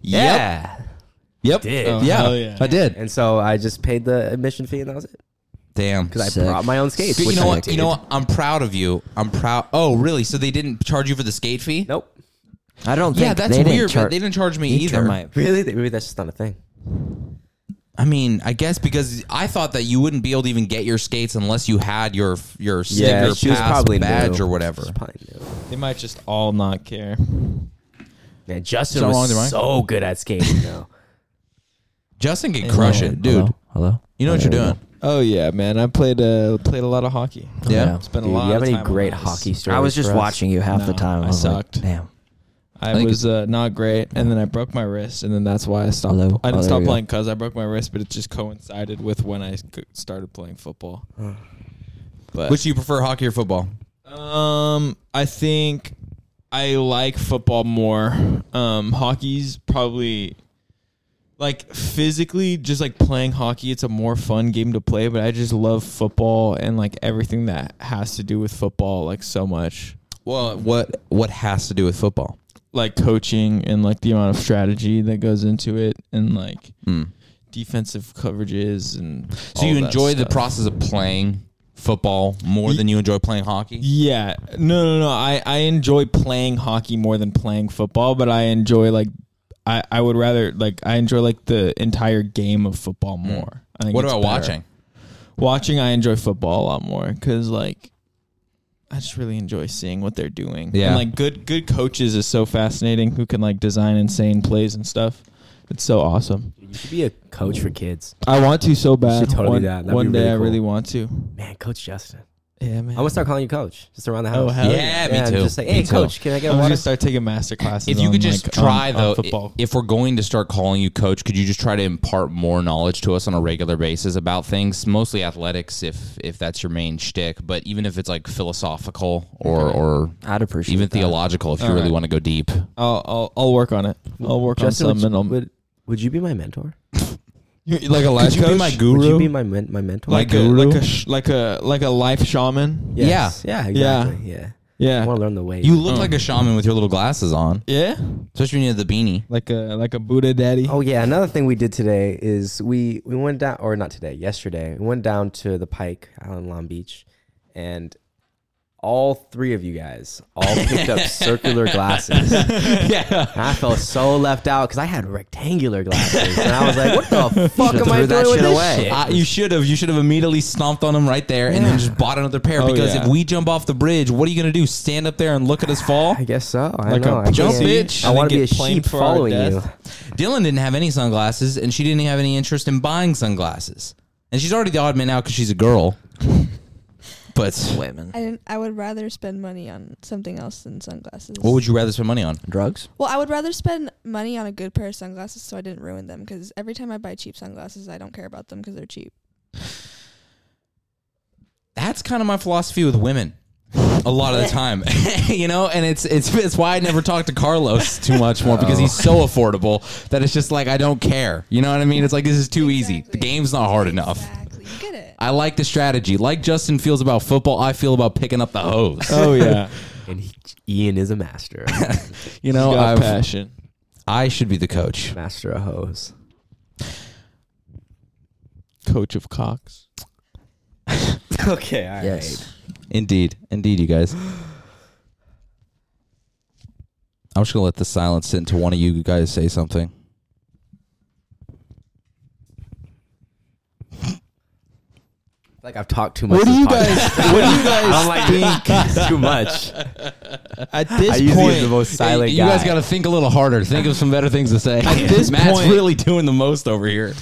Speaker 2: yep,
Speaker 1: yeah,
Speaker 2: yep,
Speaker 1: did.
Speaker 4: Oh,
Speaker 2: yeah,
Speaker 4: hell yeah.
Speaker 2: I did.
Speaker 1: and so I just paid the admission fee, and that was it
Speaker 2: Damn,
Speaker 1: because I
Speaker 3: Sick.
Speaker 1: brought my own skates.
Speaker 2: you
Speaker 1: which
Speaker 2: know
Speaker 1: I
Speaker 2: what? You
Speaker 1: did.
Speaker 2: know what? I'm proud of you. I'm proud. Oh, really? So they didn't charge you for the skate fee?
Speaker 1: Nope.
Speaker 3: I don't. Think
Speaker 2: Yeah, that's
Speaker 3: they
Speaker 2: weird.
Speaker 3: Didn't
Speaker 2: but
Speaker 3: char-
Speaker 2: they didn't charge me
Speaker 3: he
Speaker 2: either.
Speaker 3: turned my-
Speaker 1: Really? Maybe that's just not a thing.
Speaker 2: I mean, I guess because I thought that you wouldn't be able to even get your skates unless you had your your sticker,
Speaker 1: she was
Speaker 2: pass,
Speaker 1: probably
Speaker 2: badge,
Speaker 1: new.
Speaker 2: or whatever.
Speaker 1: It's probably new.
Speaker 4: They might just all not care.
Speaker 1: Man, Justin
Speaker 2: Something
Speaker 1: was
Speaker 2: wrong with
Speaker 1: so *laughs* good at skating though.
Speaker 2: Justin can crush
Speaker 3: Hello,
Speaker 2: it, dude.
Speaker 3: Hello. hello?
Speaker 2: You know what
Speaker 3: Oh,
Speaker 2: you're
Speaker 3: there we
Speaker 2: doing.
Speaker 3: go.
Speaker 4: Oh yeah, man. I played uh, played a lot of hockey.
Speaker 2: Yeah.
Speaker 4: spent a
Speaker 1: Dude,
Speaker 4: lot
Speaker 1: You have
Speaker 4: of
Speaker 1: any
Speaker 4: time on
Speaker 1: great
Speaker 4: ice.
Speaker 1: hockey stories?
Speaker 3: I was just
Speaker 1: for us?
Speaker 3: watching you half
Speaker 4: No,
Speaker 3: the time.
Speaker 4: I
Speaker 3: was like,
Speaker 4: sucked.
Speaker 3: Damn.
Speaker 4: I,
Speaker 2: think
Speaker 4: was uh, not great, and then I broke my wrist, and then that's why I stopped.
Speaker 3: Hello?
Speaker 4: I
Speaker 3: Oh,
Speaker 4: didn't
Speaker 3: there
Speaker 4: stop
Speaker 3: we go.
Speaker 4: playing because I broke my wrist, but it just coincided with when I c- started playing football. But
Speaker 2: Which do you prefer, hockey or football?
Speaker 4: um, I think I like football more. Um, hockey's probably like physically, just like playing hockey, it's a more fun game to play. But I just love football and like everything that has to do with football, like so much.
Speaker 2: Well, what what has to do with football?
Speaker 4: like coaching and like the amount of strategy that goes into it and like defensive coverages and
Speaker 2: Hmm. So you enjoy the process of playing football more than you enjoy playing hockey?
Speaker 4: yeah no no no I, I enjoy playing hockey more than playing football but i enjoy like i, I would rather like i enjoy like the entire game of football more I think
Speaker 2: Hmm. What
Speaker 4: it's
Speaker 2: about
Speaker 4: better.
Speaker 2: watching?
Speaker 4: watching i enjoy football a lot more because like i just really enjoy seeing what they're doing
Speaker 2: Yeah.
Speaker 4: and like good good coaches is so fascinating who can like design insane plays and stuff it's so awesome
Speaker 1: You should be a coach for kids.
Speaker 4: I want to so bad.
Speaker 1: should totally
Speaker 4: one,
Speaker 1: do that. That'd
Speaker 4: one
Speaker 1: be
Speaker 4: day
Speaker 1: really
Speaker 4: I really
Speaker 1: cool.
Speaker 4: want to.
Speaker 1: Man, Coach Justin.
Speaker 4: Yeah, man.
Speaker 1: I'm gonna start calling you coach. Just around the
Speaker 4: Oh,
Speaker 1: house.
Speaker 4: hell
Speaker 2: yeah. me too.
Speaker 1: Just like,
Speaker 2: Me
Speaker 1: hey,
Speaker 2: too.
Speaker 1: coach, can I get
Speaker 4: I'm
Speaker 1: a
Speaker 4: gonna
Speaker 1: water?
Speaker 4: start taking master classes.
Speaker 2: If you
Speaker 4: on,
Speaker 2: could just
Speaker 4: like,
Speaker 2: try
Speaker 4: on- on
Speaker 2: though, i-
Speaker 4: football.
Speaker 2: if we're going to start calling you coach, could you just try to impart more knowledge to us on a regular basis about things, mostly athletics, if if that's your main shtick. But even if it's like philosophical or or *laughs*
Speaker 3: I'd appreciate
Speaker 2: even
Speaker 3: that.
Speaker 2: theological, if you really
Speaker 4: right.
Speaker 2: want to go deep.
Speaker 4: I'll, I'll I'll work on it. I'll work
Speaker 1: Justin,
Speaker 4: on
Speaker 1: would,
Speaker 4: some and
Speaker 1: you-
Speaker 4: I'll
Speaker 1: would, would you be my mentor?
Speaker 4: You- like a life
Speaker 2: you be
Speaker 4: coach.
Speaker 2: my
Speaker 1: Would you
Speaker 2: Guru?
Speaker 1: be my men, my mentor?
Speaker 4: Like a
Speaker 2: guru?
Speaker 4: like a sh- like a like a life shaman.
Speaker 1: yes. yeah,
Speaker 4: Yeah.
Speaker 1: exactly. Yeah, I
Speaker 4: Yeah,
Speaker 1: want to learn the way.
Speaker 2: You look like a shaman with your little glasses on,
Speaker 4: yeah.
Speaker 2: especially when you have the beanie.
Speaker 4: Like a like a Buddha daddy.
Speaker 1: Oh yeah, another thing we did today is we we went down or not today, yesterday. We went down to the Pike out in Long Beach and all three of you guys all picked up circular glasses.
Speaker 2: yeah.
Speaker 1: And I felt so left out because I had rectangular glasses. And I was like, what the fuck am I
Speaker 3: threw
Speaker 1: doing
Speaker 3: that
Speaker 1: with
Speaker 3: shit
Speaker 1: this
Speaker 3: away.
Speaker 1: shit?
Speaker 2: Uh, you should have. You should have immediately stomped on them right there, and then just bought another pair.
Speaker 4: Oh,
Speaker 2: because
Speaker 4: yeah.
Speaker 2: if we jump off the bridge, what are you gonna do? Stand up there and look at us fall?
Speaker 1: I guess so. I
Speaker 4: Like
Speaker 1: don't know.
Speaker 4: a
Speaker 1: I
Speaker 4: jump
Speaker 1: can't-
Speaker 2: bitch
Speaker 1: I
Speaker 4: and
Speaker 1: want to
Speaker 4: then
Speaker 1: be a
Speaker 4: get
Speaker 1: sheep
Speaker 4: flamed for our
Speaker 1: following you.
Speaker 4: death.
Speaker 2: Dylan didn't have any sunglasses, and she didn't have any interest in buying sunglasses. And she's already the odd man out because she's a girl. but
Speaker 3: Women.
Speaker 5: I didn't, I would rather spend money on something else than sunglasses.
Speaker 2: what would you rather spend money on?
Speaker 3: Drugs?
Speaker 5: well, I would rather spend money on a good pair of sunglasses so I didn't ruin them because every time I buy cheap sunglasses, I don't care about them because they're cheap.
Speaker 2: That's kind of my philosophy with women. A lot of the time, *laughs* you know, and it's it's it's why I never talk to Carlos too much more because he's so affordable that it's just like I don't care. You know what I mean? It's like this is too easy. The
Speaker 5: Exactly.
Speaker 2: game's not hard enough.
Speaker 5: Exactly. You get it.
Speaker 2: I like the strategy. Like Justin feels about football, I feel about picking up the
Speaker 4: *laughs*
Speaker 2: hose.
Speaker 4: *laughs* Oh yeah,
Speaker 1: And he, Ian is a master.
Speaker 2: you
Speaker 4: no
Speaker 2: know,
Speaker 4: got
Speaker 2: i
Speaker 4: passion.
Speaker 2: I should be the coach.
Speaker 1: master of hose.
Speaker 4: Coach of cocks.
Speaker 1: Okay, all right.
Speaker 3: Yes.
Speaker 2: Indeed, indeed, you guys. I'm just gonna let the silence sit until one of you guys say something.
Speaker 1: Like I've talked too much.
Speaker 4: What do
Speaker 1: this
Speaker 4: you
Speaker 1: podcast.
Speaker 4: guys- what do you
Speaker 1: *laughs*
Speaker 4: guys
Speaker 1: I don't like think? too much.
Speaker 4: At
Speaker 1: I
Speaker 4: this
Speaker 1: usually am the
Speaker 4: point,
Speaker 1: most silent
Speaker 2: you
Speaker 1: guy.
Speaker 2: guys gotta think a little harder. Think of some better things to say.
Speaker 4: At
Speaker 2: *laughs*
Speaker 4: this
Speaker 2: Matt's
Speaker 4: point-
Speaker 2: really doing the most over here.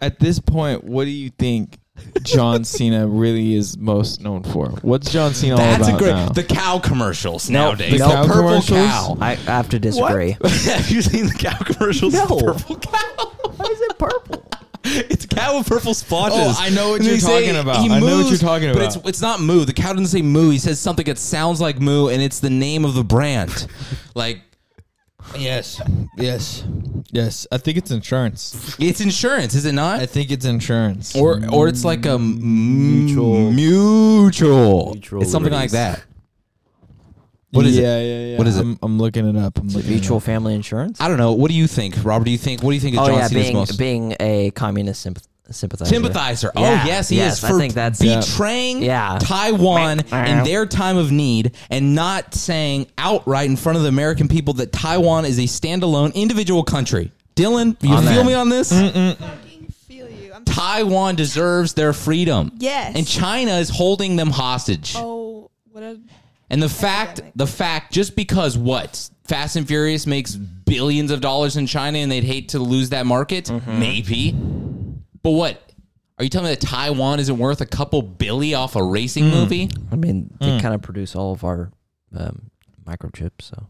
Speaker 4: at this point, what do you think John Cena really is most known for? What's John Cena
Speaker 2: That's
Speaker 4: all
Speaker 2: a
Speaker 4: about
Speaker 2: great
Speaker 4: now?
Speaker 2: the cow commercials nowadays.
Speaker 4: the
Speaker 2: The,
Speaker 4: cow
Speaker 2: purple
Speaker 4: commercials?
Speaker 2: cow.
Speaker 3: I, I have to disagree.
Speaker 2: *laughs* Have you seen the cow commercials?
Speaker 1: No.
Speaker 2: The purple cow.
Speaker 1: Why is it purple?
Speaker 2: *laughs* It's a cow with purple splotches.
Speaker 4: Oh, I know what
Speaker 2: And
Speaker 4: you're
Speaker 2: they
Speaker 4: talking about. I know what you're talking
Speaker 2: But
Speaker 4: about.
Speaker 2: it's it's not moo. The cow doesn't say moo. He says something that sounds like moo, and it's the name of the
Speaker 4: *laughs*
Speaker 2: brand. like
Speaker 4: Yes. Yes. Yes. I think it's insurance.
Speaker 2: it's insurance, is it not?
Speaker 4: I think it's insurance.
Speaker 2: or or it's like a m-
Speaker 1: Mutual-
Speaker 2: Mutual.
Speaker 1: Mutual
Speaker 2: it's something
Speaker 1: release.
Speaker 2: like that. What is it?
Speaker 4: yeah, Yeah, yeah,
Speaker 2: What is it?
Speaker 4: I'm, I'm looking it up. I'm
Speaker 3: Is it
Speaker 4: looking
Speaker 3: mutual
Speaker 4: It
Speaker 3: family insurance?
Speaker 2: I don't know. What do you think, Robert? Do you think what do you think is
Speaker 3: oh,
Speaker 2: John
Speaker 3: yeah.
Speaker 2: Cena's
Speaker 3: Being,
Speaker 2: most
Speaker 3: being a communist sympath- sympathizer.
Speaker 2: sympathizer? Oh
Speaker 3: Yeah,
Speaker 2: yes, he is
Speaker 3: yes,
Speaker 2: for
Speaker 3: I think that's-
Speaker 2: betraying
Speaker 3: Yeah.
Speaker 2: Taiwan
Speaker 3: Meow.
Speaker 2: in their time of need and not saying outright in front of the American people that Taiwan is a standalone individual country. Dylan, you
Speaker 3: Amen.
Speaker 2: feel me on this?
Speaker 5: fucking feel you. I'm
Speaker 2: Taiwan deserves their freedom.
Speaker 5: Yes.
Speaker 2: And China is holding them hostage.
Speaker 5: oh, what a
Speaker 2: And the fact,
Speaker 5: Epidemic.
Speaker 2: the fact, just because what Fast and Furious makes billions of dollars in China, and they'd hate to lose that market, maybe. But what
Speaker 6: Are you telling me that Taiwan isn't worth a couple billy off a racing movie?
Speaker 3: I mean, they
Speaker 2: Hmm.
Speaker 3: kind of produce all of our um, microchips, so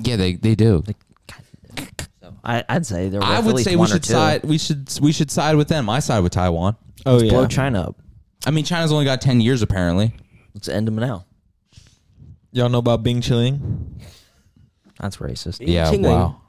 Speaker 6: Yeah, they, they do.
Speaker 3: I, I'd say they're.
Speaker 2: I
Speaker 3: worth at
Speaker 2: would
Speaker 3: least
Speaker 2: say we
Speaker 3: one or
Speaker 2: should
Speaker 3: two.
Speaker 2: side. We should we should side with them. I side with Taiwan.
Speaker 4: Oh
Speaker 3: Blow
Speaker 4: yeah,
Speaker 3: China up.
Speaker 2: I mean, China's only got ten years apparently.
Speaker 3: Let's end them now.
Speaker 4: y'all know about Bing Chilling?
Speaker 3: That's racist.
Speaker 2: Yeah,
Speaker 1: Ching-ling.
Speaker 2: wow.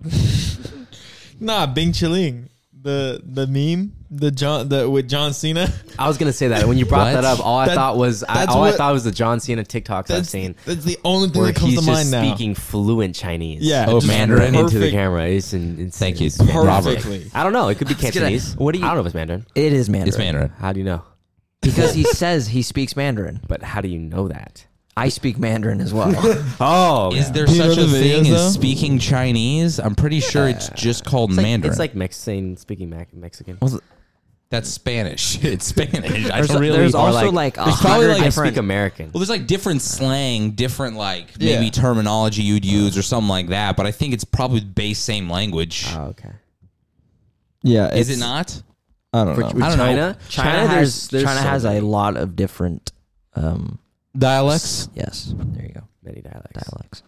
Speaker 4: Nah, Bing Chilling. The the meme, the John, the with John Cena.
Speaker 1: I was gonna say that when you brought
Speaker 2: What?
Speaker 1: that up. All I
Speaker 4: That-
Speaker 1: thought was I,
Speaker 4: that's
Speaker 1: all I
Speaker 4: what-
Speaker 1: thought was the John Cena TikToks I've
Speaker 4: *laughs* That's,
Speaker 1: seen
Speaker 4: that's the only thing
Speaker 1: where
Speaker 4: that comes
Speaker 1: he's
Speaker 4: to
Speaker 1: just
Speaker 4: mind now.
Speaker 1: speaking fluent Chinese.
Speaker 4: Yeah,
Speaker 2: Oh,
Speaker 4: just
Speaker 2: Mandarin.
Speaker 1: into the
Speaker 4: perfect-
Speaker 1: camera. It's, in- it's
Speaker 2: Thank you,
Speaker 1: it's fantastic.
Speaker 4: Perfectly.
Speaker 1: I don't know. It could be
Speaker 3: was gonna-
Speaker 1: Cantonese.
Speaker 3: what do you-
Speaker 1: I don't know if it's Mandarin.
Speaker 3: It is Mandarin.
Speaker 2: It's Mandarin.
Speaker 1: How do you know?
Speaker 2: *laughs*
Speaker 3: because he says he speaks Mandarin.
Speaker 1: But how do you know that?
Speaker 3: I speak Mandarin
Speaker 2: *laughs*
Speaker 3: as well.
Speaker 1: Oh,
Speaker 2: Is there
Speaker 4: Do you know
Speaker 2: such a
Speaker 4: the
Speaker 2: thing
Speaker 4: videos, though?
Speaker 2: as speaking Chinese? I'm pretty sure it's just called
Speaker 1: It's like,
Speaker 2: Mandarin.
Speaker 1: It's like Mexican speaking Mac- Mexican.
Speaker 2: that's Spanish. *laughs* It's Spanish. I
Speaker 3: There's,
Speaker 2: don't really.
Speaker 3: there's
Speaker 1: Or
Speaker 3: also like
Speaker 1: like-
Speaker 3: a
Speaker 2: there's probably
Speaker 3: hundred
Speaker 2: like-
Speaker 1: I speak
Speaker 3: different.
Speaker 1: American.
Speaker 2: well, there's like different slang, different like maybe
Speaker 4: Yeah.
Speaker 2: terminology you'd use or something like that. But I think it's probably based same language.
Speaker 1: Oh, okay.
Speaker 4: Yeah,
Speaker 2: Is it
Speaker 4: Uh, it's-
Speaker 2: not?
Speaker 4: Um, I don't know.
Speaker 1: With
Speaker 2: I don't know.
Speaker 1: China,
Speaker 3: China, has China has a lot of different. Um,
Speaker 2: Dialects.
Speaker 3: yes, there you go.
Speaker 1: many dialects.
Speaker 3: Dialects.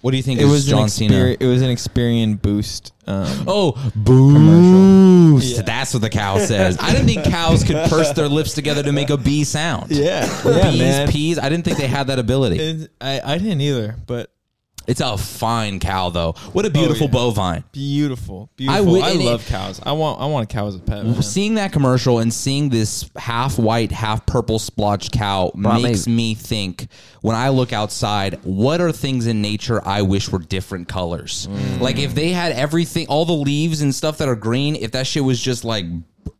Speaker 2: What do you think?
Speaker 4: It was
Speaker 2: John
Speaker 4: an
Speaker 2: Cena.
Speaker 4: Experi- it was an Experian boost. Um,
Speaker 2: Oh, boost!
Speaker 4: Yeah.
Speaker 2: That's what the cow says. I didn't think cows could purse their lips together to make a B sound.
Speaker 4: *laughs* yeah, yeah,
Speaker 2: Bees,
Speaker 4: man.
Speaker 2: peas. I didn't think they had that ability.
Speaker 4: It's- I I didn't either, but
Speaker 2: It's a fine cow, though. What a beautiful
Speaker 4: Oh, yeah.
Speaker 2: bovine.
Speaker 4: beautiful,
Speaker 2: I
Speaker 4: beautiful.
Speaker 2: would-
Speaker 4: I,
Speaker 2: and it-
Speaker 4: love cows. I want I want a cow as a pet.
Speaker 3: Uh-huh.
Speaker 4: man.
Speaker 2: Seeing that commercial and seeing this half white, half purple splotched cow
Speaker 3: Brought me-
Speaker 2: makes me think when I look outside, what are things in nature I wish were different colors?
Speaker 3: Mm.
Speaker 2: Like if they had everything, all the leaves and stuff that are green, if that shit was just like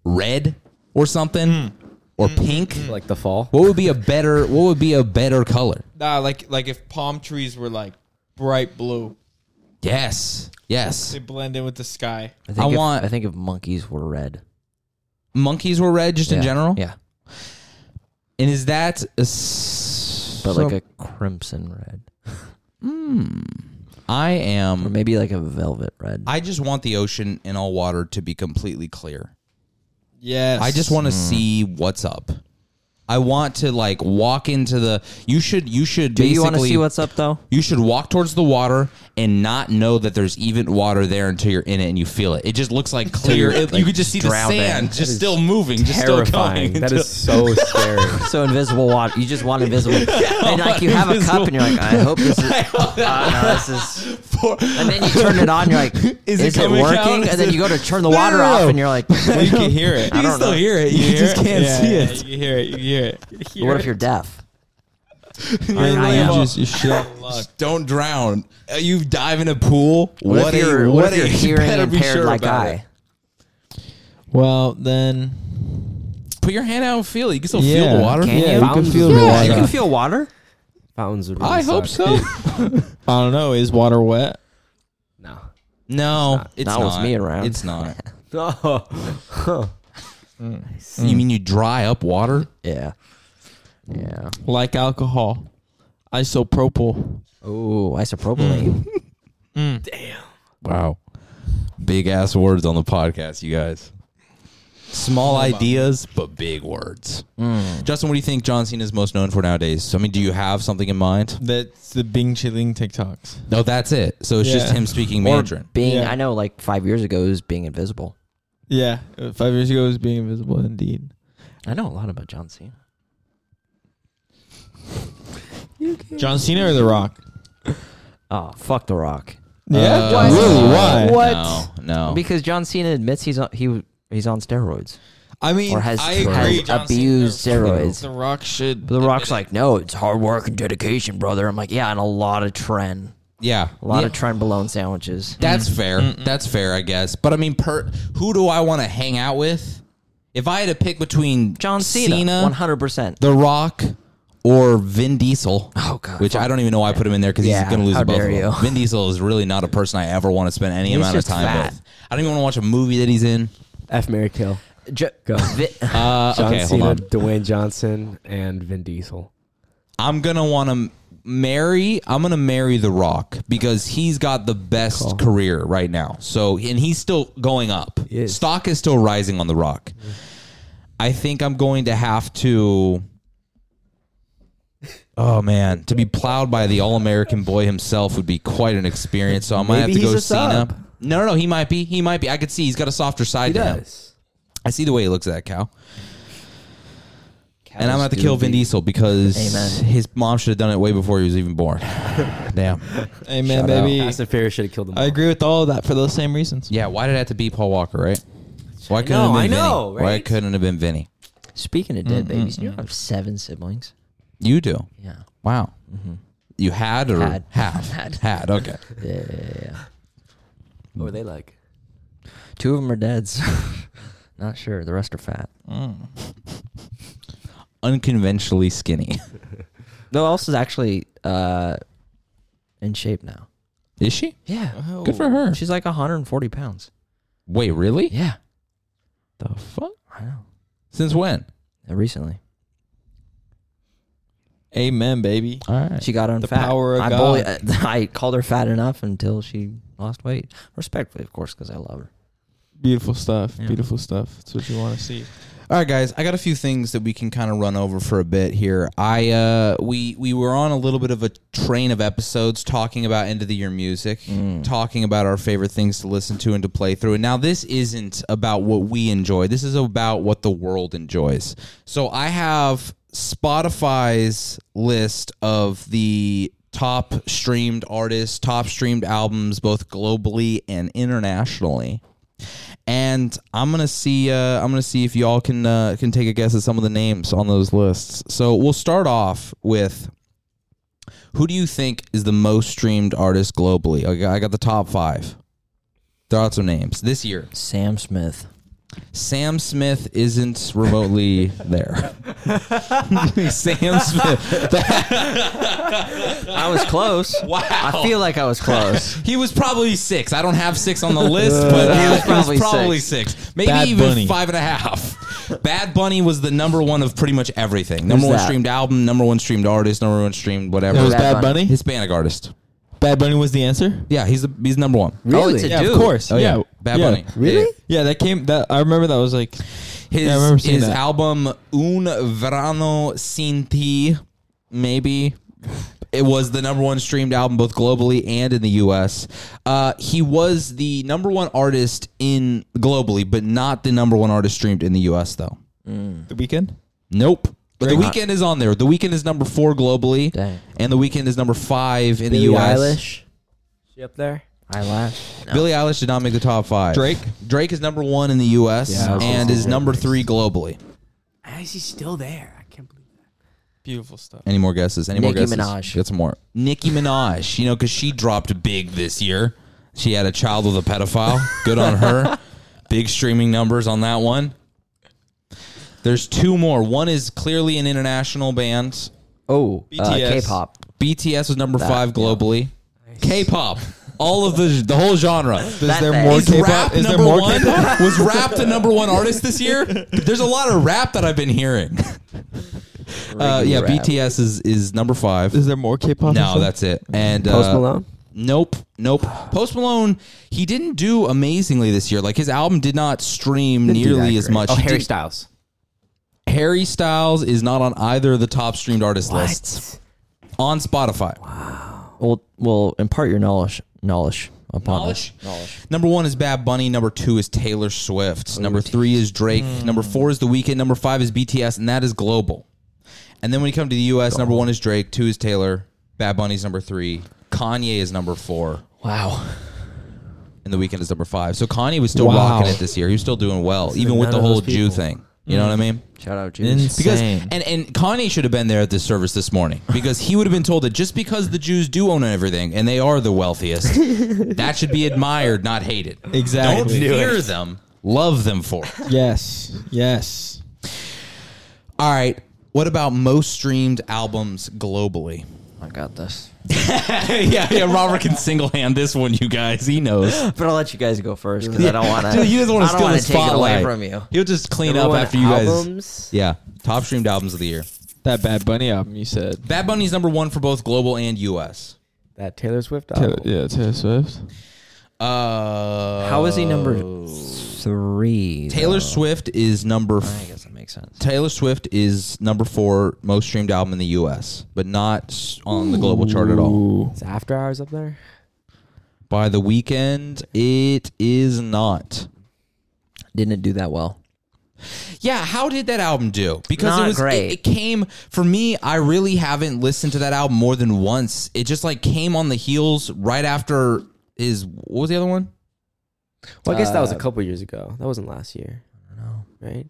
Speaker 2: red or something
Speaker 3: Hmm.
Speaker 2: or pink,
Speaker 1: Like the fall.
Speaker 2: what would be a better, what would be a better color?
Speaker 4: Nah, like like if palm trees were like bright blue,
Speaker 2: Yes. Yes.
Speaker 4: they blend in with the sky.
Speaker 3: I, think if,
Speaker 2: want-
Speaker 3: I think if monkeys were red.
Speaker 2: Monkeys were red just in
Speaker 3: Yeah,
Speaker 2: general.
Speaker 3: Yeah,
Speaker 2: And is that a s-
Speaker 3: but
Speaker 2: so-
Speaker 3: like a crimson red,
Speaker 2: I
Speaker 3: or
Speaker 2: am.
Speaker 3: maybe like a velvet red.
Speaker 2: I just want the ocean and all water to be completely clear.
Speaker 4: Yes,
Speaker 2: I just
Speaker 3: Mm.
Speaker 2: want to see what's up. I want to like walk into the. You should. You should.
Speaker 3: Do
Speaker 2: basically,
Speaker 3: you want to see what's up though?
Speaker 2: You should walk towards the water and not know that there's even water there until you're in it and you feel it. It just looks
Speaker 3: *laughs*
Speaker 2: like clear.
Speaker 1: you're,
Speaker 2: It- you
Speaker 1: like,
Speaker 2: could just see the
Speaker 1: drowning.
Speaker 2: sand
Speaker 1: That
Speaker 2: just
Speaker 1: is
Speaker 2: still moving, just still
Speaker 1: Terrifying.
Speaker 2: going.
Speaker 1: That
Speaker 2: until-
Speaker 1: is *laughs* so scary.
Speaker 3: *laughs* So invisible water. You just want *laughs* invisible. and like you have a cup and you're like, I hope this *laughs* is. Uh, no, this *laughs*
Speaker 2: *laughs*
Speaker 3: is. and then you turn it on. You're like, *laughs* is,
Speaker 2: it
Speaker 3: it,
Speaker 2: coming
Speaker 3: working?
Speaker 2: out?
Speaker 3: And
Speaker 2: Is
Speaker 3: then
Speaker 2: it-
Speaker 3: you go to *laughs* turn the
Speaker 2: No,
Speaker 3: water
Speaker 2: no, no.
Speaker 3: off, and you're like, *laughs*
Speaker 4: you can hear it.
Speaker 3: I
Speaker 4: You
Speaker 3: don't know.
Speaker 2: hear it. *laughs*
Speaker 4: hear it? Yeah, yeah,
Speaker 2: it.
Speaker 4: You can hear it. You can hear it. You can hear
Speaker 3: what
Speaker 4: it.
Speaker 3: if you're deaf?
Speaker 4: You're
Speaker 3: I
Speaker 4: like,
Speaker 3: am.
Speaker 4: you just you shit out of luck.
Speaker 2: Just Don't drown. Uh, You dive in a pool. What,
Speaker 3: What,
Speaker 2: a-
Speaker 3: if you're, what,
Speaker 2: what
Speaker 3: if *laughs* you're
Speaker 2: a- *laughs* you
Speaker 3: hearing
Speaker 2: better be
Speaker 3: impaired
Speaker 2: sure
Speaker 3: like
Speaker 2: about
Speaker 3: I?
Speaker 2: it.
Speaker 4: Well then,
Speaker 2: Put your hand out and feel it. You can still
Speaker 4: yeah.
Speaker 2: feel the water.
Speaker 4: Can
Speaker 3: you?
Speaker 4: yeah, you can
Speaker 1: Fountains
Speaker 4: feel
Speaker 1: of
Speaker 4: the
Speaker 1: Yeah,
Speaker 4: water.
Speaker 1: you can
Speaker 3: feel water.
Speaker 1: Fountains would really
Speaker 2: I hope
Speaker 1: suck.
Speaker 2: so.
Speaker 4: I don't know. Is water wet?
Speaker 1: No.
Speaker 2: *laughs* No, it's
Speaker 3: not with me around.
Speaker 2: It's
Speaker 3: *laughs*
Speaker 2: not.
Speaker 1: No.
Speaker 2: You mean you dry up water?
Speaker 3: *laughs* Yeah. *laughs* Yeah.
Speaker 4: Like alcohol, isopropyl.
Speaker 3: Oh, isopropylene.
Speaker 4: Mm.
Speaker 2: Wow. Big ass words on the podcast, you guys. Small ideas, but big words.
Speaker 3: Mm.
Speaker 2: Justin, what do you think John Cena is most known for nowadays? I mean, do you have something in mind?
Speaker 4: That's the Bing Chilling TikToks.
Speaker 2: No, that's it. So it's just
Speaker 4: Yeah.
Speaker 2: him speaking
Speaker 3: Or
Speaker 2: Mandarin.
Speaker 3: being,
Speaker 4: Yeah.
Speaker 3: I know, like five years ago, it was being invisible.
Speaker 4: Yeah, uh, five years ago it was being invisible. Indeed.
Speaker 3: I know a lot about John Cena.
Speaker 4: John Cena or The Rock?
Speaker 3: Oh, fuck The Rock.
Speaker 4: Yeah,
Speaker 2: Uh,
Speaker 4: John- really? Why?
Speaker 2: No, no.
Speaker 3: Because John Cena admits he's on, he he's on steroids.
Speaker 4: I mean,
Speaker 3: or has-
Speaker 4: I agree.
Speaker 3: has
Speaker 4: John
Speaker 3: abused
Speaker 4: Cena-
Speaker 3: steroids.
Speaker 4: The Rock should.
Speaker 3: But The Rock's like, no, it's hard work and dedication, brother. I'm like, yeah, and a lot of tren,
Speaker 2: yeah.
Speaker 3: a lot
Speaker 2: Yeah.
Speaker 3: of tren bologna sandwiches.
Speaker 2: That's fair. That's fair, I guess. But I mean, per, who do I want to hang out with? If I had to pick between
Speaker 3: John Cena, one hundred percent.
Speaker 2: The Rock, or Vin Diesel,
Speaker 3: Oh god,
Speaker 2: which I don't even know why I put him in there because
Speaker 3: Yeah,
Speaker 2: he's going to lose
Speaker 3: how
Speaker 2: both
Speaker 3: dare
Speaker 2: of them.
Speaker 3: you.
Speaker 2: Vin Diesel is really not a person I ever want to spend any
Speaker 3: He's
Speaker 2: amount of
Speaker 3: just
Speaker 2: time
Speaker 3: fat.
Speaker 2: with. I don't even want to watch a movie that he's in.
Speaker 1: F Mary Kill.
Speaker 3: Ju-
Speaker 1: Go.
Speaker 3: Vi-
Speaker 2: Uh,
Speaker 1: John
Speaker 2: okay, hold
Speaker 1: Cena,
Speaker 2: on.
Speaker 1: Dwayne Johnson, and Vin Diesel.
Speaker 2: I'm gonna want to marry. I'm gonna marry The Rock because he's got the best career right now. So and he's still going up.
Speaker 1: is.
Speaker 2: Stock is still rising on The Rock. I think I'm going to have to. Oh man, to be plowed by the all-American boy himself would be quite an experience. So I
Speaker 1: Maybe
Speaker 2: might have to
Speaker 1: he's
Speaker 2: go
Speaker 1: a
Speaker 2: Cena.
Speaker 1: sub.
Speaker 2: No, no, no, he might be. He might be. I could see he's got a softer side
Speaker 1: He
Speaker 2: to him.
Speaker 1: does.
Speaker 2: I see the way he looks at that cow. and I'm gonna have to kill Vin Diesel because
Speaker 3: Amen.
Speaker 2: his mom should have done it way before he was
Speaker 1: *laughs*
Speaker 2: even born. Damn.
Speaker 4: Amen,
Speaker 2: Shout
Speaker 4: baby.
Speaker 1: Fast and Furious should have killed him.
Speaker 4: I agree with all of that for those same reasons.
Speaker 2: Yeah, why did it have to be Paul Walker, right? Why couldn't
Speaker 1: know,
Speaker 2: it have been
Speaker 1: I know,
Speaker 2: Vinny? Why
Speaker 1: right?
Speaker 2: couldn't it have been Vinny?
Speaker 3: Speaking of dead babies, you know I have seven siblings.
Speaker 2: You do.
Speaker 3: Yeah.
Speaker 2: Wow.
Speaker 3: Mm-hmm.
Speaker 2: You had or
Speaker 3: Had.
Speaker 1: *laughs*
Speaker 2: have?
Speaker 3: Had.
Speaker 2: Had. Okay.
Speaker 3: Yeah, yeah, yeah, yeah.
Speaker 1: What were they like?
Speaker 3: Two of them are *laughs* deads. Not sure. The rest are fat.
Speaker 4: Mm.
Speaker 2: Unconventionally skinny. *laughs*
Speaker 3: No, else is actually uh, in shape now.
Speaker 2: Is she?
Speaker 3: Yeah.
Speaker 2: Good for her.
Speaker 3: She's like 140 pounds.
Speaker 2: Wait, really?
Speaker 3: Yeah.
Speaker 2: The fuck?
Speaker 3: I know.
Speaker 2: Since when?
Speaker 3: Uh, Recently.
Speaker 4: Amen, baby.
Speaker 2: All right.
Speaker 3: She got on
Speaker 4: The
Speaker 3: fat.
Speaker 4: power of
Speaker 3: I,
Speaker 4: God.
Speaker 3: uh, *laughs* I called her fat enough until she lost weight. Respectfully, of course, because I love her.
Speaker 4: Beautiful stuff.
Speaker 3: Yeah.
Speaker 4: Beautiful stuff. That's what you want to see.
Speaker 2: All right, guys, I got a few things that we can kind of run over for a bit here. I uh, we we were on a little bit of a train of episodes talking about end of the year music, talking about our favorite things to listen to and to play through. And now this isn't about what we enjoy. This is about what the world enjoys. So I have Spotify's list of the top streamed artists, top streamed albums, both globally and internationally and I'm gonna see. Uh, I'm gonna see if y'all can uh, can take a guess at some of the names on those lists. So we'll start off with who do you think is the most streamed artist globally? I got, I got the top five. Throw out some names this year.
Speaker 3: Sam Smith.
Speaker 2: Sam Smith isn't remotely there. *laughs* Sam Smith.
Speaker 3: I was *laughs* close.
Speaker 2: Wow.
Speaker 3: I feel like I was close. *laughs*
Speaker 2: He was probably six. I don't have six on the list, but he
Speaker 3: He
Speaker 2: was
Speaker 3: was
Speaker 2: probably,
Speaker 3: probably
Speaker 2: six. Maybe
Speaker 4: Bad
Speaker 2: even
Speaker 4: Bunny.
Speaker 2: five and a half. Bad Bunny was the number one of pretty much everything. Number one
Speaker 3: that?
Speaker 2: streamed album, number one streamed artist, number one streamed whatever.
Speaker 4: That was
Speaker 3: Bad
Speaker 4: Bad Bunny.
Speaker 3: Bunny.
Speaker 2: Hispanic artist.
Speaker 4: Bad Bunny was the answer.
Speaker 2: Yeah, he's the, he's number one.
Speaker 3: Oh, it's a
Speaker 4: Yeah,
Speaker 3: dude.
Speaker 4: of course.
Speaker 2: Oh yeah,
Speaker 4: yeah.
Speaker 2: Bad
Speaker 4: yeah.
Speaker 2: Bunny.
Speaker 1: Really?
Speaker 4: Yeah, that came. That I remember. That was like
Speaker 2: His
Speaker 4: Yeah, I remember seeing
Speaker 2: his
Speaker 4: that.
Speaker 2: album Un Verano Sin Ti, maybe. It was the number one streamed album both globally and in the U.S. Uh, he was the number one artist in globally, but not the number one artist streamed in the U.S. Though.
Speaker 3: Mm.
Speaker 4: the weekend.
Speaker 2: Nope. But the
Speaker 4: Very
Speaker 2: weekend is on there. The weekend is number four globally,
Speaker 3: Dang.
Speaker 2: and the weekend is number five in the
Speaker 1: Billie
Speaker 2: U.S.
Speaker 1: Eilish. She up there?
Speaker 3: Eyelash. No.
Speaker 2: Billie Eilish did not make the top five.
Speaker 4: Drake?
Speaker 2: Drake is number one in the U.S.
Speaker 1: Yeah, I was
Speaker 2: and
Speaker 1: gonna
Speaker 2: is
Speaker 1: say
Speaker 2: number three globally.
Speaker 1: Ah, she's still there. I can't believe that.
Speaker 4: Beautiful stuff.
Speaker 2: Any more guesses? Any more
Speaker 3: Nicki
Speaker 2: guesses?
Speaker 3: Minaj.
Speaker 2: Get some more. Nicki Minaj. You know, because she dropped big this year. She had a child with a pedophile. Good on *laughs* her. Big streaming numbers on that one. There's two more. One is clearly an international band.
Speaker 3: Oh, uh,
Speaker 4: BTS.
Speaker 3: K-pop.
Speaker 2: BTS was number five globally. K-pop. All of the the whole *laughs* genre.
Speaker 4: Is
Speaker 3: That
Speaker 4: there
Speaker 3: thing.
Speaker 4: more
Speaker 2: Is
Speaker 4: K-pop?
Speaker 2: rap
Speaker 4: Is there
Speaker 2: number
Speaker 4: more
Speaker 2: one? *laughs*
Speaker 4: K-pop?
Speaker 2: Was rap the number one artist this year? There's a lot of rap that I've been *laughs* hearing. Uh, yeah,
Speaker 3: Rap.
Speaker 2: BTS is is number five.
Speaker 4: Is there more K-pop?
Speaker 2: No, that's it. And
Speaker 1: Post
Speaker 2: uh,
Speaker 1: Malone?
Speaker 2: Nope, nope. Post Malone, he didn't do amazingly this year. Like his album did not stream
Speaker 1: Didn't do
Speaker 2: nearly
Speaker 1: that
Speaker 2: as
Speaker 1: great.
Speaker 2: much.
Speaker 1: Oh,
Speaker 2: He
Speaker 1: Harry
Speaker 2: didn't-
Speaker 1: Styles.
Speaker 2: Harry Styles is not on either of the top streamed artist lists on Spotify.
Speaker 3: Well, well, impart your knowledge. Knowledge. Upon
Speaker 2: Knowledge?
Speaker 3: Us. Knowledge.
Speaker 2: Number one is Bad Bunny. Number two is Taylor Swift. Number three is Drake.
Speaker 1: Hmm.
Speaker 2: Number four is The Weeknd. Number five is BTS, and that is global. And then when you come to the U.S., number one is Drake. Two is Taylor. Bad Bunny's number three. Kanye is number four.
Speaker 3: Wow.
Speaker 2: and the weekend is number five. So Kanye was still
Speaker 4: Wow.
Speaker 2: rocking it this year. He was still doing well, even with
Speaker 1: none
Speaker 2: the
Speaker 1: of
Speaker 2: whole
Speaker 1: those
Speaker 2: Jew
Speaker 1: people.
Speaker 2: thing. You know what I mean?
Speaker 3: Shout out, Judas.
Speaker 4: Insane.
Speaker 2: Because and, and Kanye should have been there at this service this
Speaker 3: *laughs*
Speaker 2: morning because he would have been told that just because the Jews do own everything and they are the
Speaker 3: *laughs*
Speaker 2: wealthiest, that should be admired, not hated. Don't
Speaker 4: exactly.
Speaker 2: fear them, love them for. it.
Speaker 4: Yes. Yes.
Speaker 2: All right. What about most streamed albums globally?
Speaker 3: I got this.
Speaker 2: *laughs* yeah, yeah. Robert can single hand this one, you guys. He knows.
Speaker 3: But I'll let you guys go first because I don't want to.
Speaker 2: Dude, he doesn't want to
Speaker 3: I don't
Speaker 2: steal
Speaker 3: wanna
Speaker 2: the
Speaker 3: take it
Speaker 2: spotlight
Speaker 3: away from you.
Speaker 2: He'll just clean
Speaker 1: Number
Speaker 2: up
Speaker 1: one
Speaker 2: after you guys.
Speaker 1: albums?
Speaker 2: Yeah, top streamed albums of the year.
Speaker 4: That Bad Bunny album you said.
Speaker 2: Bad Bunny's number one for both global and U.S.
Speaker 1: That Taylor
Speaker 2: Oh.
Speaker 1: Swift
Speaker 4: Taylor,
Speaker 1: album.
Speaker 4: yeah, Taylor Swift.
Speaker 2: Uh,
Speaker 3: How is he number three?
Speaker 2: Taylor
Speaker 3: though?
Speaker 2: Swift is number.
Speaker 3: I
Speaker 2: F-
Speaker 3: guess that makes sense.
Speaker 2: Taylor Swift is number four most streamed album in the U.S., but not s- on the global chart at all.
Speaker 4: Ooh.
Speaker 1: Is After Hours up there?
Speaker 2: By the weekend, it is not.
Speaker 3: Didn't do that well.
Speaker 2: Yeah, how did that album do? Because
Speaker 3: Not
Speaker 2: it was It,
Speaker 3: great.
Speaker 2: it came for me. I really haven't listened to that album more than once. It just like came on the heels right after his. What was the other one?
Speaker 1: Well, I guess that was a
Speaker 3: Uh,
Speaker 1: couple years ago. That wasn't last year. Right?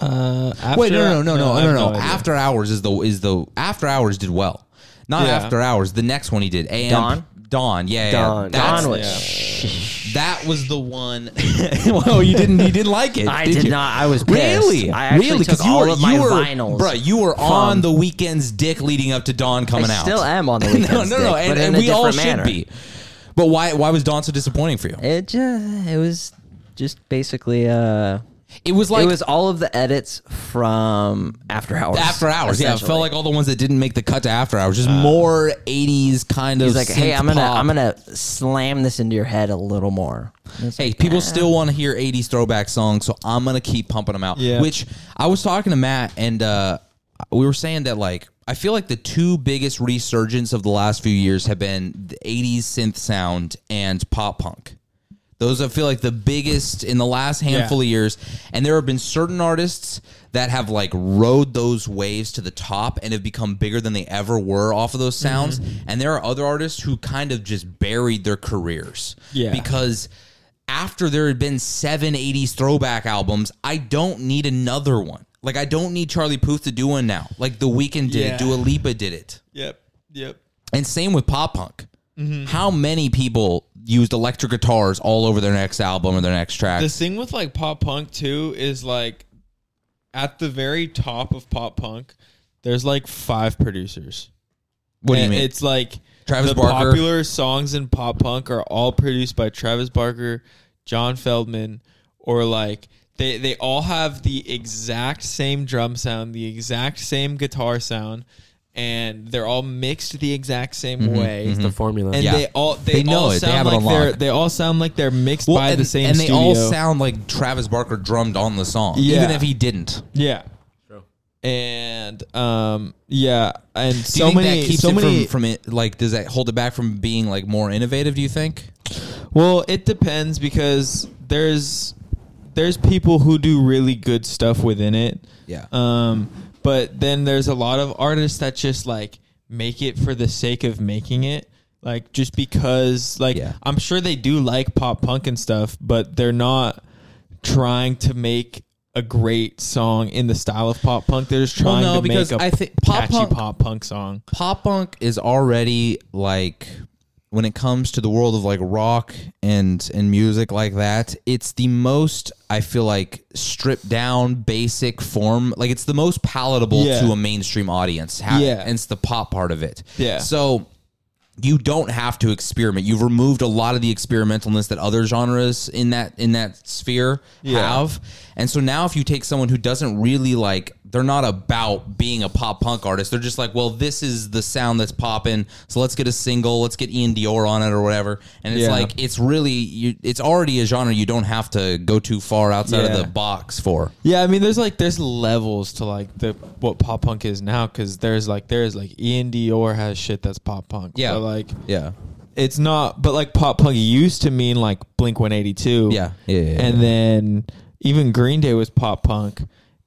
Speaker 4: Uh, after,
Speaker 2: Wait, no, no, no, no,
Speaker 4: I
Speaker 2: no,
Speaker 4: have
Speaker 2: no. no.
Speaker 4: idea.
Speaker 2: After Hours is the is the After Hours did well. Not
Speaker 4: Yeah.
Speaker 2: After Hours. The next one he did. AM,
Speaker 3: Dawn?
Speaker 2: Dawn. Yeah. yeah.
Speaker 1: Dawn.
Speaker 2: That's-
Speaker 3: Don was.
Speaker 4: yeah.
Speaker 2: That was the
Speaker 3: *laughs*
Speaker 2: one. *laughs* well, you didn't. You didn't like it.
Speaker 3: I did
Speaker 2: you?
Speaker 3: not. I was pissed.
Speaker 2: Really?
Speaker 3: I actually
Speaker 2: really?
Speaker 3: took
Speaker 2: 'Cause you
Speaker 3: all
Speaker 2: were,
Speaker 3: of my
Speaker 2: you were,
Speaker 3: vinyls
Speaker 2: Bruh, you were on
Speaker 3: from-
Speaker 2: the weekend's dick leading up to Dawn coming
Speaker 3: I
Speaker 2: out. *laughs*
Speaker 3: still am on the weekends.
Speaker 2: no, no, no,
Speaker 3: dick,
Speaker 2: and,
Speaker 3: but in
Speaker 2: and
Speaker 3: a
Speaker 2: we all
Speaker 3: different
Speaker 2: should
Speaker 3: manner.
Speaker 2: be. But why? Why was Dawn so disappointing for you?
Speaker 3: It just it was just basically uh
Speaker 2: It was like
Speaker 3: it was all of the edits from After Hours.
Speaker 2: After Hours. Yeah, it felt
Speaker 3: essentially. Uh,
Speaker 2: like all the ones that didn't make the cut to After Hours, just more '80s kind of.
Speaker 3: he's like, "Hey,
Speaker 2: synth
Speaker 3: I'm gonna
Speaker 2: pop.
Speaker 3: I'm gonna slam this into your head a little more."
Speaker 2: Hey, people still want to hear 80s throwback songs, so I'm going to keep pumping them out.
Speaker 4: Yeah.
Speaker 2: Which I was talking to Matt, and uh, we were saying that, like, I feel like the two biggest resurgence of the last few years have been the 80s synth sound and pop punk. Those I feel like the biggest in the last handful of years, and there have been certain artists that have like rode those waves to the top and have become bigger than they ever were off of those sounds. And there are other artists who kind of just buried their careers,
Speaker 4: Yeah.
Speaker 2: because after there had been seven 80s throwback albums, I don't need another one. Like I don't need Charlie Puth to do one now. Like The Weeknd did
Speaker 4: Yeah.
Speaker 2: it, Dua Lipa did it.
Speaker 4: Yep. Yep.
Speaker 2: And same with pop punk. How many people used electric guitars all over their next album or their next track?
Speaker 4: The thing with like pop punk too is like at the very top of pop punk, there's like five producers.
Speaker 2: what do you
Speaker 4: And
Speaker 2: mean?
Speaker 4: It's like
Speaker 2: Travis
Speaker 4: the
Speaker 2: Barker.
Speaker 4: popular songs in pop punk are all produced by Travis Barker, John Feldman, or like they they all have the exact same drum sound, the exact same guitar sound, and they're all mixed the exact same way.
Speaker 1: The formula.
Speaker 4: And
Speaker 2: Mm-hmm, Yeah.
Speaker 4: they all they,
Speaker 2: They know
Speaker 4: all
Speaker 2: it. They
Speaker 4: sound
Speaker 2: have it
Speaker 4: like they're
Speaker 2: unlocked.
Speaker 4: they all sound like they're mixed
Speaker 2: Well,
Speaker 4: by
Speaker 2: and,
Speaker 4: the same
Speaker 2: and
Speaker 4: studio.
Speaker 2: they all sound like Travis Barker drummed on the song, even
Speaker 4: Yeah.
Speaker 2: if he didn't.
Speaker 4: Yeah. And um yeah, and
Speaker 2: Do you
Speaker 4: so
Speaker 2: think
Speaker 4: many
Speaker 2: that keeps
Speaker 4: so
Speaker 2: it
Speaker 4: many
Speaker 2: from, from it? Like, does that hold it back from being like more innovative? Do you think?
Speaker 4: Well, it depends because there's there's people who do really good stuff within it.
Speaker 2: Yeah.
Speaker 4: Um but then there's a lot of artists that just like make it for the sake of making it. Like just because like
Speaker 2: Yeah.
Speaker 4: I'm sure they do like pop punk and stuff, but they're not trying to make a great song in the style of pop punk. They're just
Speaker 2: Well,
Speaker 4: trying
Speaker 2: no,
Speaker 4: to
Speaker 2: because
Speaker 4: make a
Speaker 2: I think pop
Speaker 4: catchy
Speaker 2: punk-
Speaker 4: pop punk song.
Speaker 2: pop punk is already like when it comes to the world of like rock and and music like that it's the most i feel like stripped down basic form like it's the most palatable
Speaker 4: Yeah.
Speaker 2: to a mainstream audience ha-
Speaker 4: Yeah.
Speaker 2: and it's the pop part of it
Speaker 4: Yeah.
Speaker 2: so you don't have to experiment. You've removed a lot of the experimentalness that other genres in that in that sphere have. And so now if you take someone who doesn't really like they're not about being a pop punk artist. They're just like, well, this is the sound that's popping. So let's get a single. Let's get Ian Dior on it or whatever. And it's
Speaker 4: Yeah.
Speaker 2: like it's really you, it's already a genre you don't have to go too far outside of
Speaker 4: Yeah.
Speaker 2: the box for.
Speaker 4: Yeah, I mean, there's like there's levels to like the what pop punk is now because there's like there's like Ian Dior has shit that's pop punk.
Speaker 2: Yeah.
Speaker 4: but like
Speaker 2: Yeah.
Speaker 4: it's not. But like pop punk used to mean like Blink 182.
Speaker 2: Yeah. Yeah, yeah, yeah.
Speaker 4: and then even Green Day was pop punk,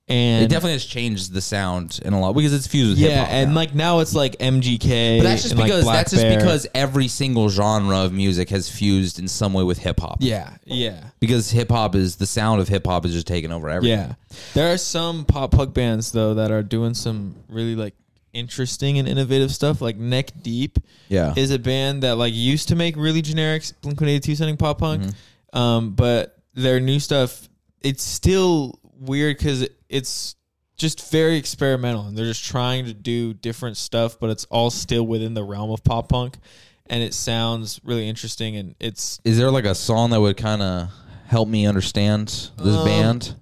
Speaker 4: and
Speaker 2: It definitely has changed the sound in a lot because it's fused with
Speaker 4: yeah,
Speaker 2: hip-hop now.
Speaker 4: and like now it's like MGK.
Speaker 2: But that's just
Speaker 4: and, like,
Speaker 2: because
Speaker 4: Black
Speaker 2: that's just
Speaker 4: Bear.
Speaker 2: because every single genre of music has fused in some way with hip hop.
Speaker 4: yeah, yeah.
Speaker 2: Because hip hop is the sound of hip hop is just taking over everything.
Speaker 4: Yeah. There are some pop punk bands though that are doing some really like interesting and innovative stuff. Like Neck Deep
Speaker 2: Yeah.
Speaker 4: is a band that like used to make really generic Blink 182 sounding pop punk. Um, but their new stuff, it's still weird because it's just very experimental and they're just trying to do different stuff, but it's all still within the realm of pop punk. And it sounds really interesting and it's
Speaker 2: Is there like a song that would kind of help me understand this
Speaker 4: Um,
Speaker 2: band?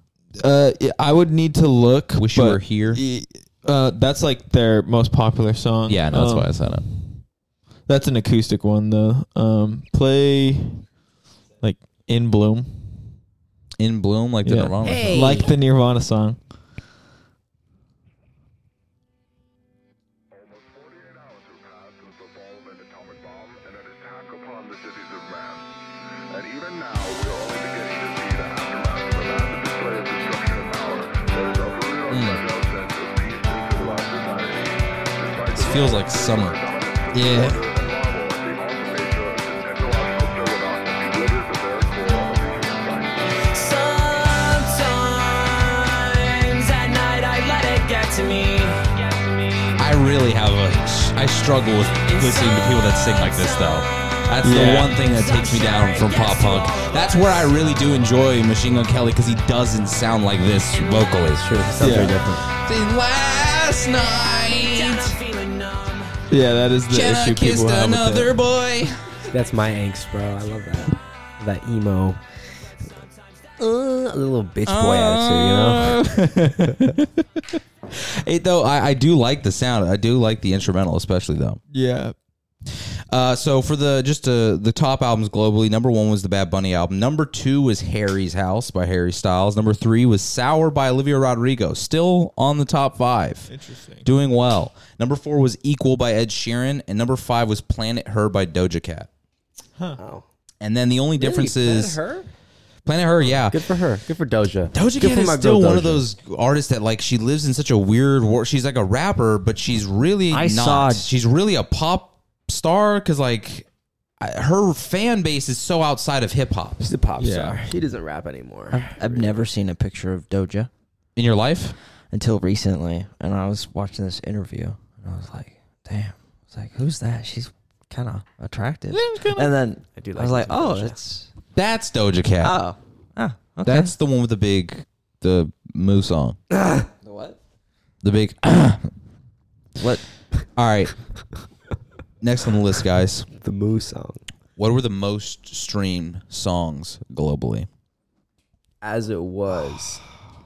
Speaker 4: uh I would need to look.
Speaker 2: Wish you were here.
Speaker 4: Y- Uh, that's like their most popular song.
Speaker 2: Yeah, no, that's
Speaker 4: Um,
Speaker 2: why I said it.
Speaker 4: That's an acoustic one though. Um, play like In Bloom,
Speaker 2: In bloom, like
Speaker 4: Yeah.
Speaker 2: did wrong. Hey.
Speaker 4: like the Nirvana song.
Speaker 2: Hmm. This feels like summer.
Speaker 4: Yeah.
Speaker 7: Sometimes at night I let it get to me.
Speaker 2: I really have a. I struggle with listening to people that sing like this, though. That's the
Speaker 4: Yeah.
Speaker 2: one thing that takes me down from pop punk. That's where I really do enjoy Machine Gun Kelly because he doesn't sound like this vocally. Sure,
Speaker 1: Sounds very different.
Speaker 2: Last night,
Speaker 4: Yeah, that is the
Speaker 2: Jenna
Speaker 4: issue people have with it.
Speaker 2: boy.
Speaker 1: That's my angst, bro. I love that. That emo. Uh, little bitch boy
Speaker 2: Uh,
Speaker 1: attitude,
Speaker 2: *laughs* It, though I, I do like the sound. I do like the instrumental, especially though.
Speaker 4: Yeah.
Speaker 2: Uh, so for the just uh, the top albums globally, number one was the Bad Bunny album. Number two was Harry's House by Harry Styles. Number three was Sour by Olivia Rodrigo. Still on the top five,
Speaker 4: Interesting.
Speaker 2: doing well. Number four was Equal by Ed Sheeran, and number five was Planet Her by Doja Cat.
Speaker 1: you know? Oh.
Speaker 2: And then the only difference is
Speaker 1: her?
Speaker 2: Planet Her, yeah.
Speaker 1: Good for her. Good for Doja.
Speaker 2: Doja
Speaker 1: Good
Speaker 2: Cat
Speaker 1: for
Speaker 2: is
Speaker 1: my
Speaker 2: still
Speaker 1: girl
Speaker 2: one of
Speaker 1: Doja.
Speaker 2: those artists that like she lives in such a weird world. She's like a rapper, but she's really
Speaker 3: I
Speaker 2: not.
Speaker 3: saw-
Speaker 2: She's really a pop star because like I- her fan base is so outside of hip hop.
Speaker 1: She's a pop
Speaker 4: Yeah.
Speaker 1: star. She doesn't rap anymore.
Speaker 3: I've never seen a picture of Doja
Speaker 2: In your life,
Speaker 3: until recently, and I was watching this interview, and I was like, "Damn!" It's like, "Who's that?" She's kind of attractive. And then
Speaker 1: I do
Speaker 3: I was like,
Speaker 1: listening to
Speaker 3: "Oh,
Speaker 1: Doja.
Speaker 3: it's
Speaker 2: that's Doja Cat.
Speaker 3: oh, ah, okay."
Speaker 2: That's the one with the big the moo song.
Speaker 3: the what?
Speaker 2: The big. *coughs*
Speaker 3: What?
Speaker 2: All right. Next on the list, guys.
Speaker 1: the Moo song.
Speaker 2: What were the most streamed songs globally?
Speaker 1: As it was.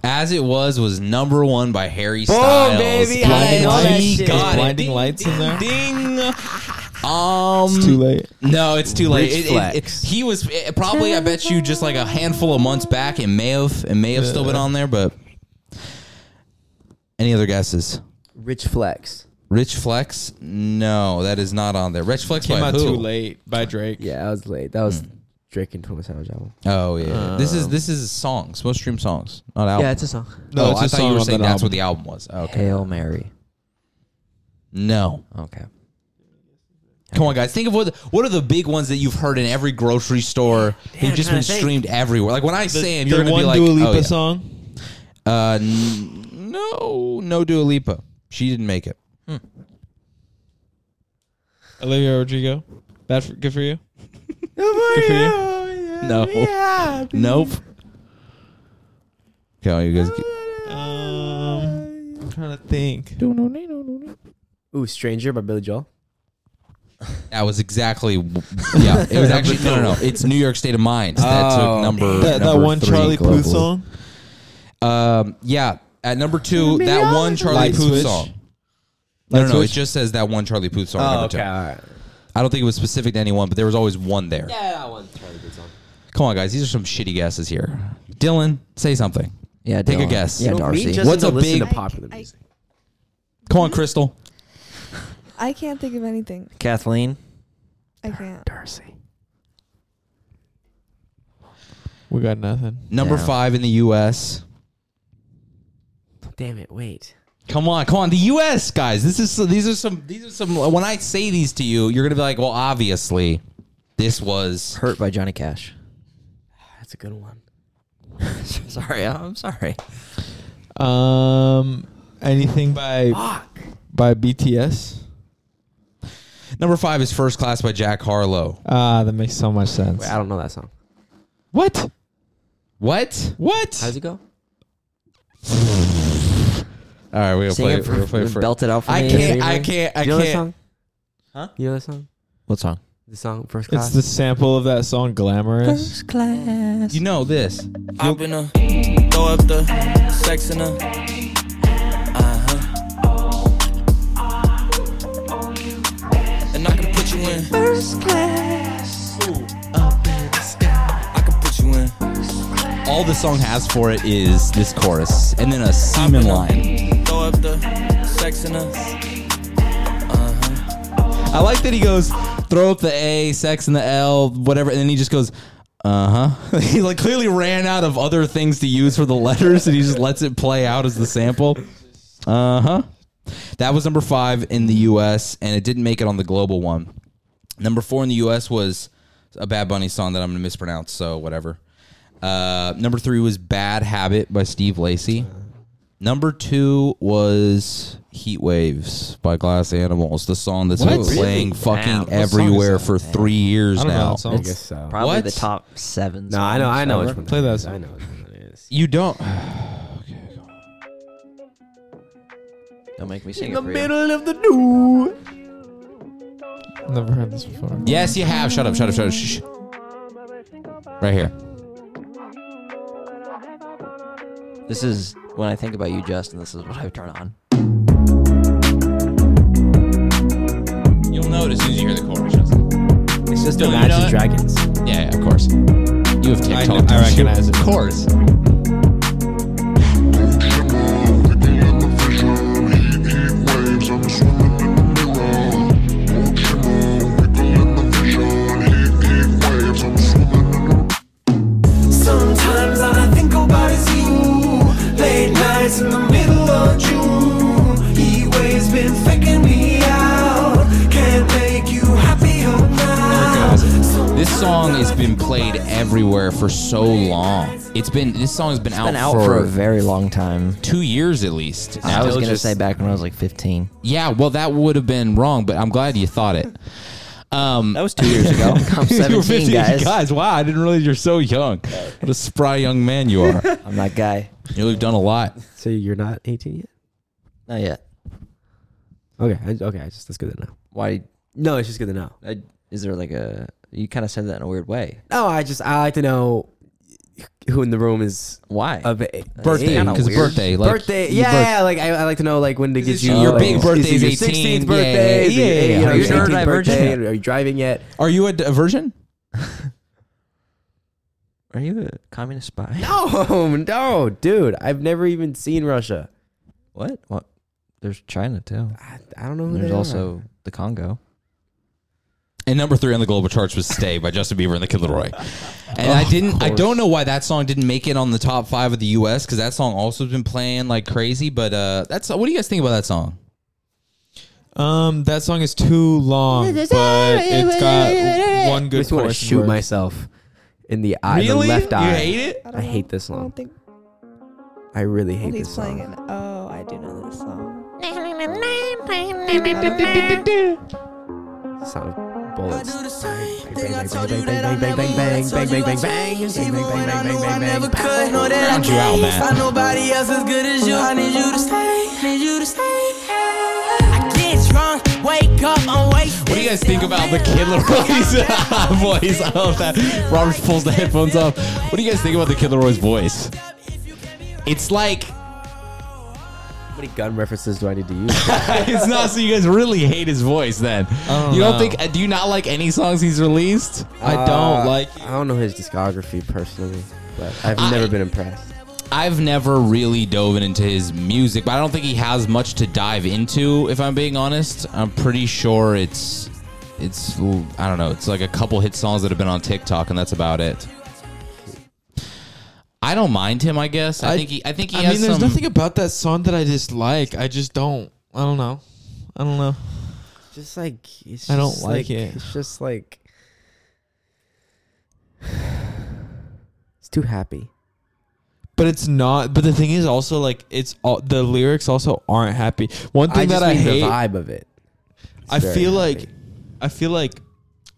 Speaker 2: As it was was number one by Harry Styles.
Speaker 1: baby, I
Speaker 2: Blinding
Speaker 1: know that
Speaker 2: Lights.
Speaker 1: shit.
Speaker 2: Got it.
Speaker 4: Blinding
Speaker 2: Ding,
Speaker 4: lights in there.
Speaker 2: Ding. Um.
Speaker 4: It's too late.
Speaker 2: No, it's too late.
Speaker 1: Rich
Speaker 2: It- it-
Speaker 1: flex.
Speaker 2: he was it- probably, I bet you, just like a handful of months back. It may have, it may have still been on there, but any other guesses?
Speaker 1: Rich Flex.
Speaker 2: Rich Flex? No, that is not on there. Rich Flex
Speaker 4: Came
Speaker 2: by
Speaker 4: out
Speaker 2: who?
Speaker 4: too late by Drake.
Speaker 1: Yeah, I was late. That was Drake and 21 Savage album.
Speaker 2: Oh yeah, this is this is songs, most streamed songs, not album.
Speaker 3: Yeah, it's a song.
Speaker 4: No,
Speaker 2: oh,
Speaker 4: it's
Speaker 2: I
Speaker 4: a
Speaker 2: thought
Speaker 4: song
Speaker 2: you were
Speaker 4: on
Speaker 2: saying
Speaker 4: that
Speaker 2: that's what
Speaker 4: album.
Speaker 2: the album was. Oh, Okay,
Speaker 3: Hail Mary.
Speaker 2: no.
Speaker 3: Okay.
Speaker 2: Come on, guys. Think of what what are the big ones that you've heard in every grocery store. They've just been streamed everywhere. Like when I say them,
Speaker 4: the
Speaker 2: you're gonna
Speaker 4: one
Speaker 2: be like,
Speaker 4: Dua Lipa
Speaker 2: oh, yeah.
Speaker 4: song.
Speaker 2: Uh, n- no, no, Dua Lipa. She didn't make it.
Speaker 4: Olivia Rodrigo. Bad for, good for you. Oh good for you.
Speaker 2: No. Nope. Okay, all you guys.
Speaker 4: Um, I'm trying to think.
Speaker 1: Ooh, Stranger by Billy Joel.
Speaker 2: That was exactly. Yeah,
Speaker 4: *laughs*
Speaker 2: it was actually no, no, no. It's New York State of Mind that
Speaker 1: Oh.
Speaker 2: took number
Speaker 4: That, that
Speaker 2: number
Speaker 4: one
Speaker 2: three
Speaker 4: Charlie Puth
Speaker 2: globally.
Speaker 4: song.
Speaker 2: Um, yeah. At number two, that one Charlie
Speaker 4: Light
Speaker 2: Puth
Speaker 4: switch.
Speaker 2: song. No, no, no,
Speaker 4: switch. Oh,
Speaker 2: it just says that one Charlie Puth song. at number two.
Speaker 1: Oh, right.
Speaker 2: I don't think it was specific to anyone, but there was always one there.
Speaker 1: Yeah, that one's probably a good song.
Speaker 2: Come on, guys. These are some shitty guesses here. Dylan, say something.
Speaker 3: Yeah.
Speaker 2: Take a
Speaker 3: Dylan.
Speaker 2: guess.
Speaker 3: Yeah,
Speaker 1: You know, me
Speaker 3: Darcy.
Speaker 1: just
Speaker 2: What's
Speaker 1: to
Speaker 2: a
Speaker 1: listen
Speaker 2: big-
Speaker 1: to popular
Speaker 5: I-
Speaker 1: music?
Speaker 2: Come on, Crystal.
Speaker 5: I can't think of anything.
Speaker 3: Kathleen.
Speaker 5: I can't.
Speaker 1: Darcy.
Speaker 4: We got nothing.
Speaker 2: Number
Speaker 3: Yeah.
Speaker 2: five in the U.S.
Speaker 1: Damn it, wait.
Speaker 2: Come on, come on, the U.S. guys. This is these are some these are some. When I say these to you, you're gonna be like, well, obviously, this was
Speaker 3: Hurt by Johnny Cash. *laughs*
Speaker 1: That's a good one.
Speaker 3: sorry, I'm sorry.
Speaker 4: Um, anything by by BTS?
Speaker 2: number five is First Class by Jack Harlow.
Speaker 4: Ah, that makes so much sense.
Speaker 1: Wait, I don't know that song.
Speaker 4: what?
Speaker 2: What?
Speaker 4: What?
Speaker 1: How's it go?
Speaker 2: All right, we're gonna
Speaker 3: Sing
Speaker 2: play.
Speaker 3: it
Speaker 2: it. We're
Speaker 3: for,
Speaker 2: gonna play it for.
Speaker 3: belt it out for
Speaker 2: I
Speaker 3: me.
Speaker 2: can't. I can't. I
Speaker 1: you know that
Speaker 2: can't.
Speaker 1: song? Huh? You know that song?
Speaker 3: What song?
Speaker 1: The song First
Speaker 4: It's
Speaker 1: Class?
Speaker 4: the sample of that song "Glamorous."
Speaker 2: You know this.
Speaker 8: Uh-huh.
Speaker 7: Up in her, throw up the sex in her. Uh huh.
Speaker 8: in first class. Up in the sky. I can put you in.
Speaker 2: All the song has for it is this chorus and then a semen line.
Speaker 8: Throw up the sex in us.
Speaker 2: I like that he goes, throw up the A, sex and the L, whatever, and then he just goes, uh huh. *laughs* He like clearly ran out of other things to use for the letters, and he just lets it play out as the sample. Uh huh. That was number five in the U.S., and it didn't make it on the global one. Number four in the U.S. was a Bad Bunny song that I'm going to mispronounce, so whatever. Uh, number three was Bad Habit by Steve Lacy. Number two was Heat Waves by Glass Animals, the song that's been
Speaker 1: What? Really?
Speaker 2: playing
Speaker 3: Wow.
Speaker 2: fucking
Speaker 3: What song is
Speaker 2: everywhere
Speaker 4: that?
Speaker 2: for three years
Speaker 4: I don't know
Speaker 2: now.
Speaker 4: that song.
Speaker 1: I
Speaker 4: It's
Speaker 1: guess so.
Speaker 3: Probably
Speaker 2: What?
Speaker 3: the top seven.
Speaker 1: No, I know, I know which one.
Speaker 4: Play that
Speaker 1: is.
Speaker 4: song.
Speaker 1: I know which one it is.
Speaker 4: You don't.
Speaker 3: Don't make me sing it for you.
Speaker 1: of the new.
Speaker 4: Never heard this before.
Speaker 2: Yes, you have. Shut up, shut up, shut up. Shh. Right here.
Speaker 3: This is when I think about you, Justin. This is what I would turn on.
Speaker 2: You'll notice as soon as you hear the chorus. Justin.
Speaker 1: It's just
Speaker 2: No, you
Speaker 1: Imagine
Speaker 2: know what?
Speaker 1: Dragons.
Speaker 2: Yeah, yeah, of course. You have
Speaker 4: I
Speaker 2: TikTok.
Speaker 4: know- I
Speaker 2: don't you?
Speaker 4: recognize it.
Speaker 2: Of course.
Speaker 8: Sometimes all I think about is you. Late nights in the middle of June. He waves been faking me out. Can't make you happier now.
Speaker 2: This song has been played everywhere for so long. It's been this song has been, out,
Speaker 3: Been out
Speaker 2: for,
Speaker 3: for a very long time.
Speaker 2: two years at least.
Speaker 3: I
Speaker 2: Now
Speaker 3: was
Speaker 2: it's
Speaker 3: gonna
Speaker 2: just-
Speaker 3: say back when I was like 15.
Speaker 2: Yeah, well, that would have been wrong, but I'm glad you thought it. Um,
Speaker 3: That
Speaker 2: *laughs*
Speaker 3: was two years *laughs* ago. I'm 17, guys.
Speaker 2: Wow, I didn't realize you're so young. What a spry young man you
Speaker 3: *laughs*
Speaker 2: are.
Speaker 3: I'm that guy.
Speaker 2: you know, we've done a lot.
Speaker 1: So you're not 18 yet?
Speaker 3: Not yet.
Speaker 1: Okay, I, okay, I just that's good to know.
Speaker 3: Why?
Speaker 1: No, it's just good to know.
Speaker 3: I, is there like a? You kind of said that in a weird way.
Speaker 1: No, I just I like to know who in the room is
Speaker 3: Why?
Speaker 1: of a,
Speaker 2: Birthday,
Speaker 1: age.
Speaker 2: because birthday, like
Speaker 1: birthday,
Speaker 2: your
Speaker 1: yeah,
Speaker 2: birth-
Speaker 1: yeah, like I, I like to know like when to get
Speaker 2: this
Speaker 1: you
Speaker 2: your- your
Speaker 1: like,
Speaker 2: big
Speaker 1: is
Speaker 2: birthday
Speaker 1: it your
Speaker 2: is 18?
Speaker 1: 16th birthday,
Speaker 2: Yeah, yeah, yeah, yeah.
Speaker 1: you know,
Speaker 2: Are
Speaker 1: your
Speaker 2: you sure
Speaker 1: 18th
Speaker 3: divergent?
Speaker 1: birthday, Are you driving yet?
Speaker 2: Are you a, d- a virgin?
Speaker 3: Are you a communist spy?
Speaker 1: *laughs* No, no, dude, I've never even seen Russia.
Speaker 3: What? What? There's China too.
Speaker 1: I, I don't know. Who
Speaker 3: And
Speaker 1: they
Speaker 3: there's
Speaker 1: are.
Speaker 3: also the Congo.
Speaker 2: And number three on the global charts was "Stay" by Justin Bieber and the Kid Leroy. And I didn't. I don't know why that song didn't make it on the top five of the U.S. because that song also has been playing like crazy. But uh, that's what do you guys think about that song?
Speaker 4: Um, that song is too long, but it's got one
Speaker 1: I
Speaker 4: good
Speaker 1: just want to
Speaker 4: chorus.
Speaker 1: shoot myself in the eye,
Speaker 2: Really?
Speaker 1: the left
Speaker 2: You
Speaker 1: eye.
Speaker 2: hate it?
Speaker 5: I,
Speaker 1: I hate this
Speaker 5: I
Speaker 1: song.
Speaker 5: don't think
Speaker 1: I really hate
Speaker 5: he's
Speaker 1: this
Speaker 5: playing
Speaker 1: song.
Speaker 5: it. Oh, I do know this song.
Speaker 1: Sound of bullets.
Speaker 8: do the same
Speaker 1: Bang,
Speaker 8: thing I
Speaker 1: bang,
Speaker 8: told
Speaker 1: bang,
Speaker 8: you that
Speaker 1: bang,
Speaker 8: I
Speaker 1: bang, bang, bang,
Speaker 8: never would. I
Speaker 1: bang,
Speaker 8: told you I
Speaker 1: bang, bang,
Speaker 8: changed,
Speaker 1: bang,
Speaker 8: even
Speaker 1: bang,
Speaker 8: when I
Speaker 1: bang,
Speaker 8: knew
Speaker 1: bang,
Speaker 8: I
Speaker 1: bang,
Speaker 8: never
Speaker 1: bang.
Speaker 8: could. Know that I
Speaker 2: Found you out,
Speaker 8: can't
Speaker 2: man.
Speaker 8: Find nobody else as good as you. I need you to stay. Need you to stay. I get drunk, wake up, I'm wasted.
Speaker 2: What do you guys think about the Kid Leroy's *laughs* voice? I love that. Robert pulls the headphones off. What do you guys think about the Kid Leroy's voice? It's like
Speaker 1: How many gun references do I need to use?
Speaker 2: *laughs* it's not. So you guys really hate his voice then?
Speaker 4: don't
Speaker 2: you don't
Speaker 4: know.
Speaker 2: think? uh, Do you not like any songs he's released?
Speaker 4: I don't like.
Speaker 1: Uh, I don't know his discography personally, but I've
Speaker 2: I-
Speaker 1: never been impressed.
Speaker 2: I've never really dove into his music, but I don't think he has much to dive into. If I'm being honest, I'm pretty sure it's it's I don't know. It's like a couple hit songs that have been on TikTok, and that's about it. I don't mind him. I guess I,
Speaker 4: I-
Speaker 2: think he. I think he
Speaker 4: I
Speaker 2: has
Speaker 4: mean, there's
Speaker 2: some.
Speaker 4: nothing about that song that I dislike. I just don't. I don't know. I don't know.
Speaker 1: Just like it's
Speaker 4: I don't
Speaker 1: just
Speaker 4: like it.
Speaker 1: It's just like *sighs* it's too happy.
Speaker 4: But it's not. But the thing is, also like it's all the lyrics also aren't happy. One thing
Speaker 1: I just
Speaker 4: that I
Speaker 1: mean
Speaker 4: hate.
Speaker 1: the vibe of it. It's
Speaker 4: I
Speaker 1: very
Speaker 4: feel like,
Speaker 1: happy.
Speaker 4: I feel like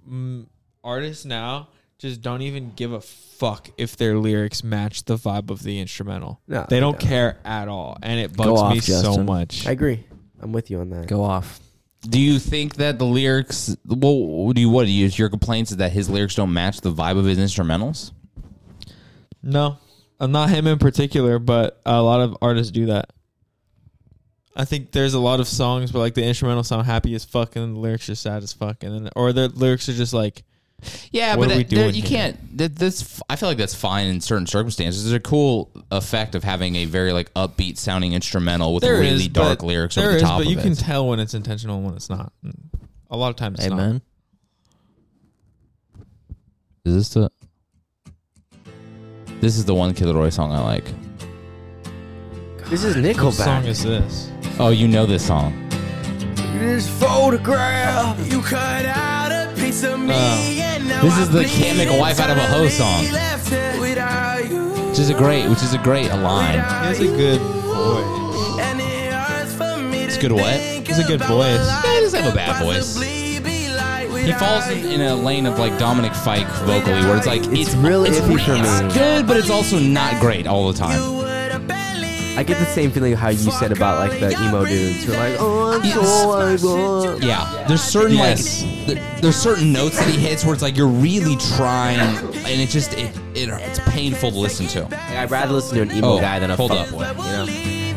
Speaker 4: mm, artists now just don't even give a fuck if their lyrics match the vibe of the instrumental.
Speaker 1: No,
Speaker 4: they don't
Speaker 1: no.
Speaker 4: care at all, and it
Speaker 3: Go
Speaker 4: bugs me
Speaker 3: off,
Speaker 4: so
Speaker 3: Justin.
Speaker 4: much.
Speaker 1: I agree. I'm with you on that.
Speaker 3: Go off.
Speaker 2: do you think that the lyrics? Well, what do you what do you? Your complaints is that his lyrics don't match the vibe of his instrumentals.
Speaker 4: no, I'm not him in particular, but a lot of artists do that. I think there's a lot of songs where like the instrumental sound happy as fuck and then the lyrics are sad as fuck and then or the lyrics are just like
Speaker 2: Yeah,
Speaker 4: What
Speaker 2: but
Speaker 4: are we
Speaker 2: that- there-
Speaker 4: doing
Speaker 2: you
Speaker 4: here?
Speaker 2: can't. That, that's. f- I feel like that's fine in certain circumstances. There's a cool effect of having a very like upbeat sounding instrumental with
Speaker 4: there is
Speaker 2: really dark
Speaker 4: but-
Speaker 2: lyrics
Speaker 4: there
Speaker 2: over the
Speaker 4: is,
Speaker 2: top
Speaker 4: but
Speaker 2: of
Speaker 4: you
Speaker 2: it.
Speaker 4: can tell when it's intentional and when it's not. A lot of times, it's
Speaker 3: Amen.
Speaker 2: is this the? This is the one Kid Roy song I like.
Speaker 1: This is
Speaker 4: Not. What song
Speaker 1: Nickelback.
Speaker 4: is this?
Speaker 2: Oh, you know this song.
Speaker 8: This photograph you cut out a piece of me.
Speaker 4: Oh.
Speaker 8: and now
Speaker 2: This is
Speaker 8: I
Speaker 2: the can't make a
Speaker 8: bleed
Speaker 2: wife out of a hoe song,
Speaker 8: entirely left it without you.
Speaker 2: which is a great, which is a great line.
Speaker 4: He has a good voice.
Speaker 8: And it hurts for me
Speaker 2: It's
Speaker 8: to
Speaker 2: good what?
Speaker 8: think
Speaker 4: It's a good
Speaker 8: about
Speaker 4: voice.
Speaker 8: what life
Speaker 2: Yeah, he doesn't have a
Speaker 8: could
Speaker 2: bad voice.
Speaker 8: possibly be like
Speaker 2: He
Speaker 8: without
Speaker 2: falls in, in a lane of like Dominic Fike vocally, where it's like
Speaker 1: It's really iffy for me.
Speaker 2: it's good, but it's also not great all the time.
Speaker 8: you with a belly.
Speaker 1: I get the same feeling how you said about like the emo dudes. You're like, oh, I'm so emo.
Speaker 2: Yeah, there's certain
Speaker 4: Yes.
Speaker 2: like there, there's certain notes that he hits where it's like you're really trying, and it just it, it it's painful to listen to.
Speaker 1: I'd rather listen to an emo
Speaker 2: Oh,
Speaker 1: guy than a
Speaker 2: hold up.
Speaker 1: fuckboy. You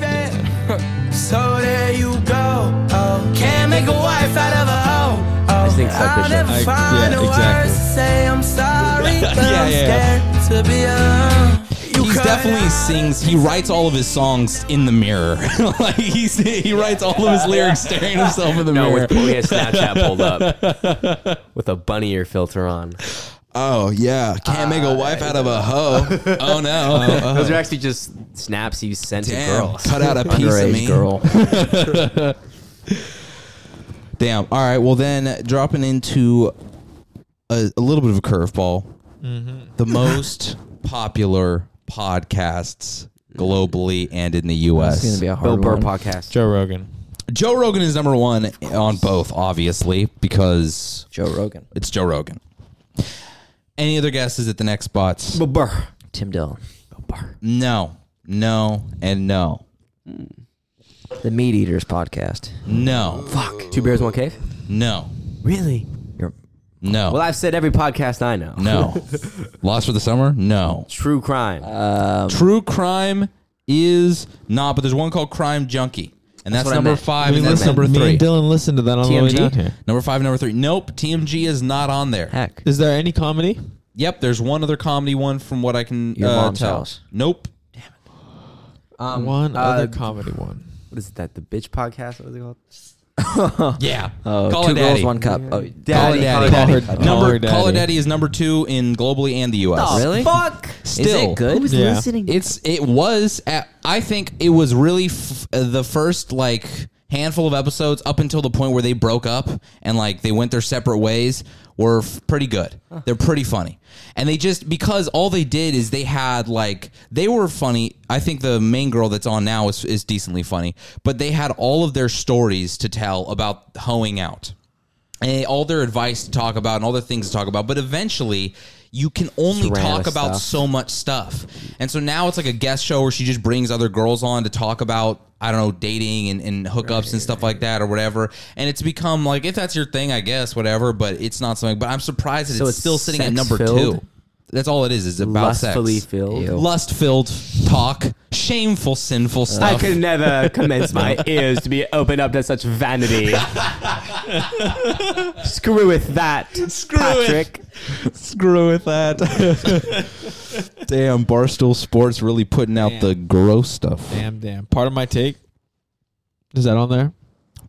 Speaker 1: know?
Speaker 8: So there you go. Oh, can't make a wife out of a hoe. Oh,
Speaker 1: just think it's like
Speaker 8: I'll
Speaker 1: Bishop.
Speaker 8: never
Speaker 4: I-
Speaker 8: find
Speaker 4: yeah,
Speaker 8: the
Speaker 4: exactly.
Speaker 8: words to say I'm sorry, but
Speaker 2: Yeah,
Speaker 8: I'm
Speaker 2: yeah.
Speaker 8: scared to be alone. You
Speaker 2: He
Speaker 8: cut
Speaker 2: definitely sings. He writes all of his songs in the mirror. *laughs* like he's, he writes all of his lyrics staring at himself in the
Speaker 1: No, we
Speaker 2: mirror.
Speaker 1: we had Snapchat pulled up
Speaker 4: *laughs*
Speaker 1: with a bunny ear filter on.
Speaker 2: Oh yeah, can't make a wife out of a hoe. *laughs* Oh no,
Speaker 1: Those are actually just snaps you sent to girls.
Speaker 2: out a
Speaker 4: *laughs*
Speaker 3: Underage girl.
Speaker 2: Damn. All right. Well, then dropping into a, a little bit of a curveball. The most popular podcasts globally and in the
Speaker 3: It's
Speaker 2: U.S.
Speaker 3: gonna be a hard
Speaker 1: Bill Burr
Speaker 3: one.
Speaker 1: podcast.
Speaker 4: Joe Rogan.
Speaker 2: Joe Rogan is number one on both, obviously, because
Speaker 3: Joe Rogan,
Speaker 2: it's Joe Rogan. Any other guesses at the next spots?
Speaker 1: Bill Burr.
Speaker 3: Tim Dillon,
Speaker 2: No, no, and no,
Speaker 3: the Meat Eaters podcast.
Speaker 2: no,
Speaker 1: Fuck. Two bears, one cave.
Speaker 2: no,
Speaker 1: Really?
Speaker 3: Your
Speaker 2: no.
Speaker 1: Well, I've said every podcast I know.
Speaker 2: no. Lost for the summer? No.
Speaker 1: True crime.
Speaker 2: Uh,
Speaker 3: um,
Speaker 2: True crime is not, but there's one called Crime Junkie, and that's,
Speaker 1: what I
Speaker 2: number
Speaker 1: meant.
Speaker 2: five, and that's number
Speaker 4: Me
Speaker 2: three.
Speaker 4: and Dylan listened to that on the way
Speaker 3: TMG?
Speaker 4: down here.
Speaker 2: Number five, number three. Nope, TMG is not on there.
Speaker 3: heck,
Speaker 4: Is there any comedy?
Speaker 2: Yep, there's one other comedy one from what I can
Speaker 3: Your
Speaker 2: uh,
Speaker 3: mom's
Speaker 2: tell.
Speaker 3: house.
Speaker 2: Nope.
Speaker 1: um,
Speaker 4: one
Speaker 1: uh,
Speaker 4: other comedy one.
Speaker 1: What is that? The bitch podcast? What is it called?
Speaker 2: Yeah.
Speaker 3: *laughs* oh,
Speaker 2: call
Speaker 3: two
Speaker 2: it
Speaker 3: girls,
Speaker 2: daddy.
Speaker 3: one cup. Oh,
Speaker 2: Call it
Speaker 1: Daddy,
Speaker 2: daddy.
Speaker 1: Call Her-
Speaker 4: Daddy.
Speaker 2: Number
Speaker 4: Call Her
Speaker 2: Call It
Speaker 4: Daddy.
Speaker 2: Daddy is number two in globally and the U.S.
Speaker 3: Oh, really?
Speaker 1: Fuck.
Speaker 3: Is
Speaker 2: Still
Speaker 3: it good?
Speaker 4: Yeah.
Speaker 2: It's it was at, I think it was really f- uh, the first like handful of episodes up until the point where they broke up and like they went their separate ways were f- pretty good. They're pretty funny. And they just because all they did is they had like they were funny. I think the main girl that's on now is is decently funny, but they had all of their stories to tell about hoeing out and eh, all their advice to talk about and all their things to talk about. But eventually, you can only
Speaker 1: Just ran out
Speaker 2: talk
Speaker 1: of
Speaker 2: about
Speaker 1: stuff.
Speaker 2: so much stuff. And so now it's like a guest show where she just brings other girls on to talk about, I don't know, dating and, and hookups and stuff like that or whatever. And it's become like, if that's your thing, I guess, whatever, but it's not something. But I'm surprised that
Speaker 1: So
Speaker 2: it's,
Speaker 1: it's
Speaker 2: still sitting at number
Speaker 1: sex-filled?
Speaker 2: two. That's all it is, is about
Speaker 1: Lustfully
Speaker 2: sex.
Speaker 1: filled.
Speaker 2: Lust filled talk, shameful, sinful
Speaker 1: I
Speaker 2: stuff.
Speaker 1: could never
Speaker 2: *laughs*
Speaker 1: commence my ears to be opened up to such vanity. Screw with that, Patrick.
Speaker 2: Screw with that. Damn, Barstool Sports really putting out the gross stuff.
Speaker 4: Damn, damn. Part of my take. Is that on there?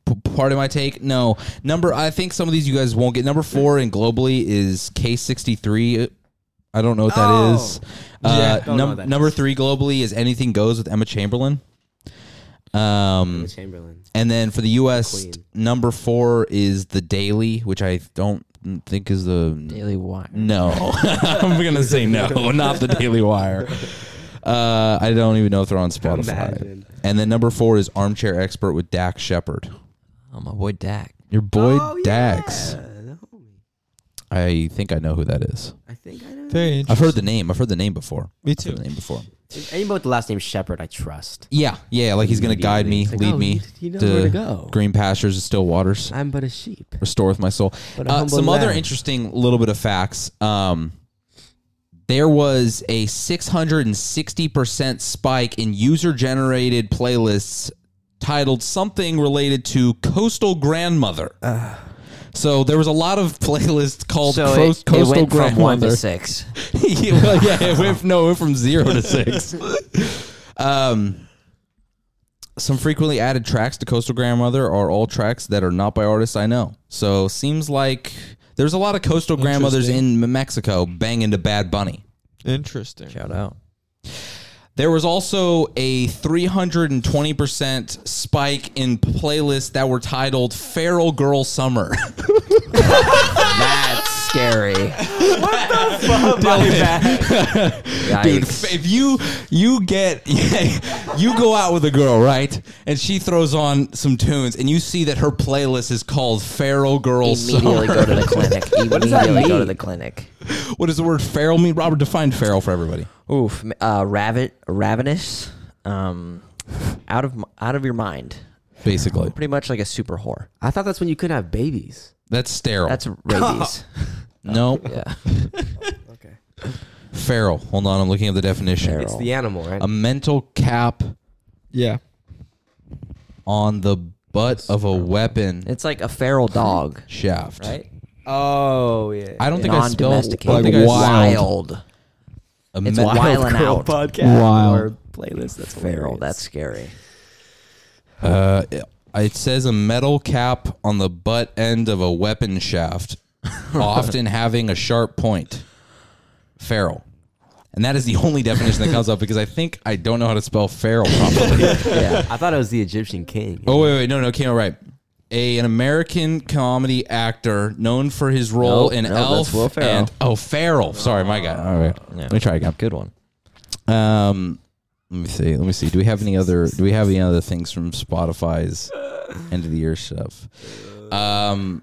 Speaker 2: P- part of my take, no. Number, I think some of these you guys won't get. Number four and globally is K63. I don't know what that
Speaker 1: Oh.
Speaker 2: is. Uh,
Speaker 1: Yeah, don't know
Speaker 2: num-
Speaker 1: what that
Speaker 2: number
Speaker 1: is.
Speaker 2: three globally is Anything Goes with Emma Chamberlain. Um,
Speaker 1: Chamberlain.
Speaker 2: and then for the U.S.,
Speaker 1: Queen.
Speaker 2: number four is The Daily, which I don't think is the
Speaker 3: Daily Wire.
Speaker 1: *laughs*
Speaker 2: No, *laughs* I'm gonna say no, not the Daily Wire. Uh, I don't even know if they're on Spotify.
Speaker 1: Imagine.
Speaker 2: And then number four is Armchair Expert with Dak Shepard.
Speaker 3: Oh my boy, Dak.
Speaker 2: Your boy
Speaker 1: Oh,
Speaker 2: Dax.
Speaker 1: yeah, the homie.
Speaker 2: I think I know who that is.
Speaker 1: I think I know.
Speaker 4: Very interesting.
Speaker 2: I've heard the name. I've heard the name before.
Speaker 4: Me
Speaker 2: I've heard the
Speaker 4: too.
Speaker 2: name before.
Speaker 1: If Anybody with the last name Shepherd, I trust.
Speaker 2: Yeah, yeah. Like he's gonna guide me,
Speaker 1: It's like,
Speaker 2: lead
Speaker 1: oh,
Speaker 2: me
Speaker 1: he- he knows
Speaker 2: to,
Speaker 1: where to go.
Speaker 2: green pastures and still waters.
Speaker 1: I'm but a sheep.
Speaker 2: restoreth my soul.
Speaker 1: But a
Speaker 2: Uh,
Speaker 1: humble
Speaker 2: some other
Speaker 1: lamb.
Speaker 2: interesting little bit of facts. Um, there was a 660% spike in user generated playlists titled something related to Coastal Grandmother. so there was a lot of *laughs* playlists called
Speaker 3: So
Speaker 2: Coast-
Speaker 3: it, it
Speaker 2: Coastal
Speaker 3: went
Speaker 2: Grandmother.
Speaker 3: from one to six.
Speaker 2: *laughs* yeah, well, yeah, it went, no, it went from zero to six. um, some frequently added tracks to Coastal Grandmother are all tracks that are not by artists I know. So seems like there's a lot of Coastal Grandmothers in Mexico banging to Bad Bunny.
Speaker 4: Interesting.
Speaker 3: Shout out.
Speaker 2: There was also a 320% spike in playlists that were titled Feral Girl Summer. *laughs*
Speaker 3: That's scary.
Speaker 2: Dude,
Speaker 3: Yikes.
Speaker 2: if you you get *laughs* you go out with a girl, right? And she throws on some tunes and you see that her playlist is called Feral Girl Summer.
Speaker 3: immediately go to the clinic.
Speaker 2: *laughs*
Speaker 3: Immediately go to the clinic.
Speaker 2: What does the word feral mean? Robert, define feral for everybody.
Speaker 3: Oof, m- uh, ravi- ravenous, um, out of m- out of your mind.
Speaker 2: Basically.
Speaker 3: Pretty much like a super whore.
Speaker 1: I thought that's when you couldn't have babies.
Speaker 2: That's sterile.
Speaker 3: That's
Speaker 2: *laughs*
Speaker 3: rabies.
Speaker 2: no
Speaker 3: yeah,
Speaker 1: Okay.
Speaker 2: feral. Hold on, I'm looking at the definition.
Speaker 3: Feral.
Speaker 1: It's the animal, right?
Speaker 2: A mental cap
Speaker 4: Yeah.
Speaker 2: on the butt of a weapon
Speaker 3: it's like a feral dog,
Speaker 2: shaft.
Speaker 3: right?
Speaker 1: oh yeah.
Speaker 2: I don't think I spelled
Speaker 3: Non-domesticated,
Speaker 2: I don't think I spelled
Speaker 3: wild.
Speaker 2: a *laughs*
Speaker 3: It's
Speaker 2: men-
Speaker 3: wild and out.
Speaker 1: podcast
Speaker 4: Wow.
Speaker 1: or playlist. That's
Speaker 3: Feral.
Speaker 1: hilarious.
Speaker 3: That's scary.
Speaker 2: Uh, it- it says a metal cap on the butt end of a weapon shaft, often having a sharp point. Feral. And that is the only definition that comes up because I think I don't know how to spell feral properly.
Speaker 1: I thought it was the Egyptian king.
Speaker 2: oh, wait, wait, no, no, came out right. A, an American comedy actor known for his role
Speaker 3: Nope,
Speaker 2: in
Speaker 3: no, that's
Speaker 2: Elf
Speaker 3: Will Ferrell.
Speaker 2: and oh, Feral. Sorry, my guy. All right, let me try again.
Speaker 3: Good one.
Speaker 2: Um, let me see. Let me see. Do we have any other? Do we have any other things from Spotify's end of the year stuff? Um,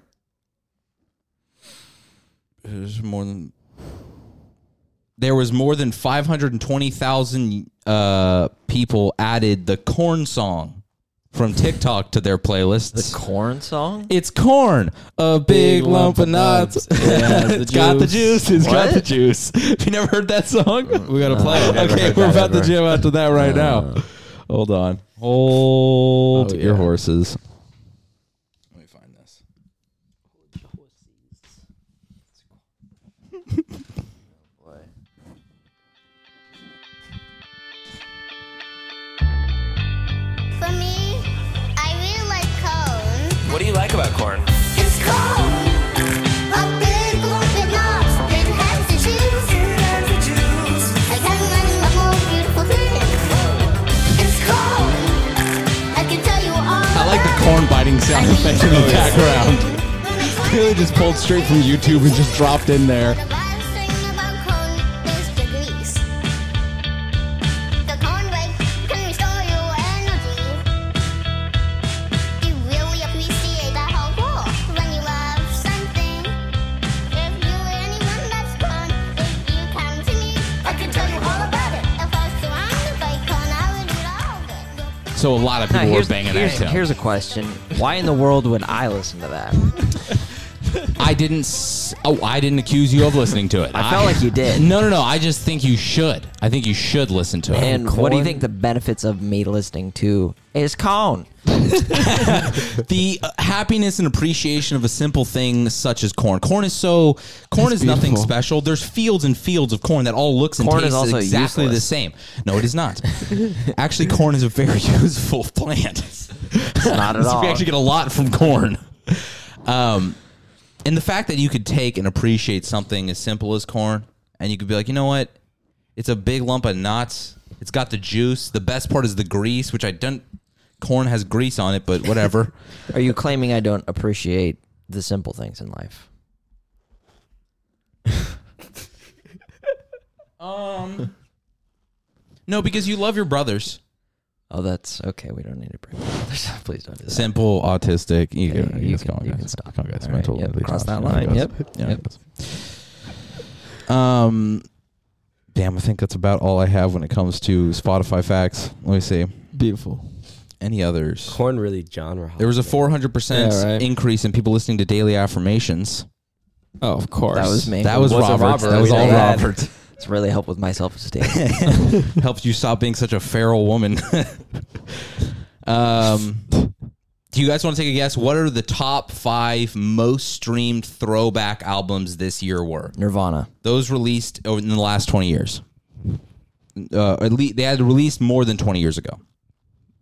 Speaker 2: there's more than there was more than five hundred and twenty thousand uh people added the corn song from TikTok to their
Speaker 3: The
Speaker 2: playlists.
Speaker 3: corn song.
Speaker 2: it's corn, a big, lump of nuts. *laughs* it's got the juice. It's got the juice. *laughs* Have you never heard that song? Uh,
Speaker 4: We gotta play. it.
Speaker 2: okay, we're about to jam out to that *laughs* right now. Hold on.
Speaker 3: Oh,
Speaker 4: Oh,
Speaker 2: Hold your horses. Let me find this.
Speaker 9: For me, I really like cone.
Speaker 7: What do you like about corn?
Speaker 9: It's cone! A big lump of nuts. It has the juice. It has the juice. I can't imagine a more beautiful thing. It's cone! I can tell you all
Speaker 2: I like the corn biting *laughs* sound effect in the background.
Speaker 9: background.
Speaker 2: Really just pulled straight from YouTube and just dropped in there.
Speaker 9: The best thing about corn is the grease. The cornbread can restore your energy. You really appreciate the whole world when you love something. If you're anyone that's corn, if you come to me, I can tell you all about it. If I was surrounded by corn, I would eat all of it.
Speaker 2: So a lot of
Speaker 3: Now,
Speaker 2: people were
Speaker 3: here's,
Speaker 2: banging
Speaker 3: here's,
Speaker 2: that out.
Speaker 3: here's a question: Why in the world would I listen to that?
Speaker 2: I didn't. S- oh, I didn't accuse you of listening to it.
Speaker 3: I felt like you did.
Speaker 2: No, no, no. I just think you should. I think you should listen to it.
Speaker 3: And what do you think the benefits of me listening to
Speaker 2: *laughs*
Speaker 3: is cone?
Speaker 2: the uh, happiness and appreciation of a simple thing such as corn. Corn is so corn is nothing special. There's fields and fields of corn that all looks and
Speaker 3: Corn is
Speaker 2: tastes
Speaker 3: also
Speaker 2: exactly the
Speaker 3: useless.
Speaker 2: same. No, it is
Speaker 3: *laughs*
Speaker 2: not. actually, corn is a very *laughs* useful plant.
Speaker 3: Not at all.
Speaker 2: We actually get a lot from corn. Um, and the fact that you could take and appreciate something as simple as corn, and you could be like, you know what, it's a big lump of nuts. It's got the juice. The best part is the grease, which I don't. Corn has grease on it, but whatever.
Speaker 3: Are you claiming I don't appreciate the simple things in life?
Speaker 2: No, because you love your brothers.
Speaker 3: Oh, that's okay. We don't need to bring others up. *laughs* Please don't do that.
Speaker 2: Simple, autistic. You,
Speaker 3: Yeah,
Speaker 2: can,
Speaker 3: you
Speaker 2: you
Speaker 3: can-
Speaker 2: can,
Speaker 3: you can
Speaker 2: stop.
Speaker 3: stop.
Speaker 2: Come on, guys.
Speaker 3: All right,
Speaker 2: Mental
Speaker 3: yep,
Speaker 2: illity
Speaker 3: cross that
Speaker 2: cross.
Speaker 3: line.
Speaker 2: Yep,
Speaker 3: Yep,
Speaker 2: yep. Um, damn, I think that's about all I have when it comes to Spotify facts. Let me see.
Speaker 4: Beautiful.
Speaker 2: Any others?
Speaker 1: Corn really genre.
Speaker 2: There was a 400%
Speaker 4: Yeah, right.
Speaker 2: increase in people listening to daily affirmations.
Speaker 4: Oh, of course.
Speaker 3: That was me.
Speaker 2: That was
Speaker 1: Wasn't
Speaker 2: Robert.
Speaker 1: Robert.
Speaker 2: That was
Speaker 1: We
Speaker 2: all
Speaker 1: know that.
Speaker 3: *laughs*
Speaker 2: Robert.
Speaker 3: It's really helped
Speaker 2: *laughs*
Speaker 3: with my self esteem.
Speaker 2: Helps you stop being such a feral woman. *laughs* Um, do you guys want to take a guess? What are the top five most streamed throwback albums this year were?
Speaker 3: Nirvana.
Speaker 2: Those released over in the last 20 years. Uh, at least they had released more than 20 years ago.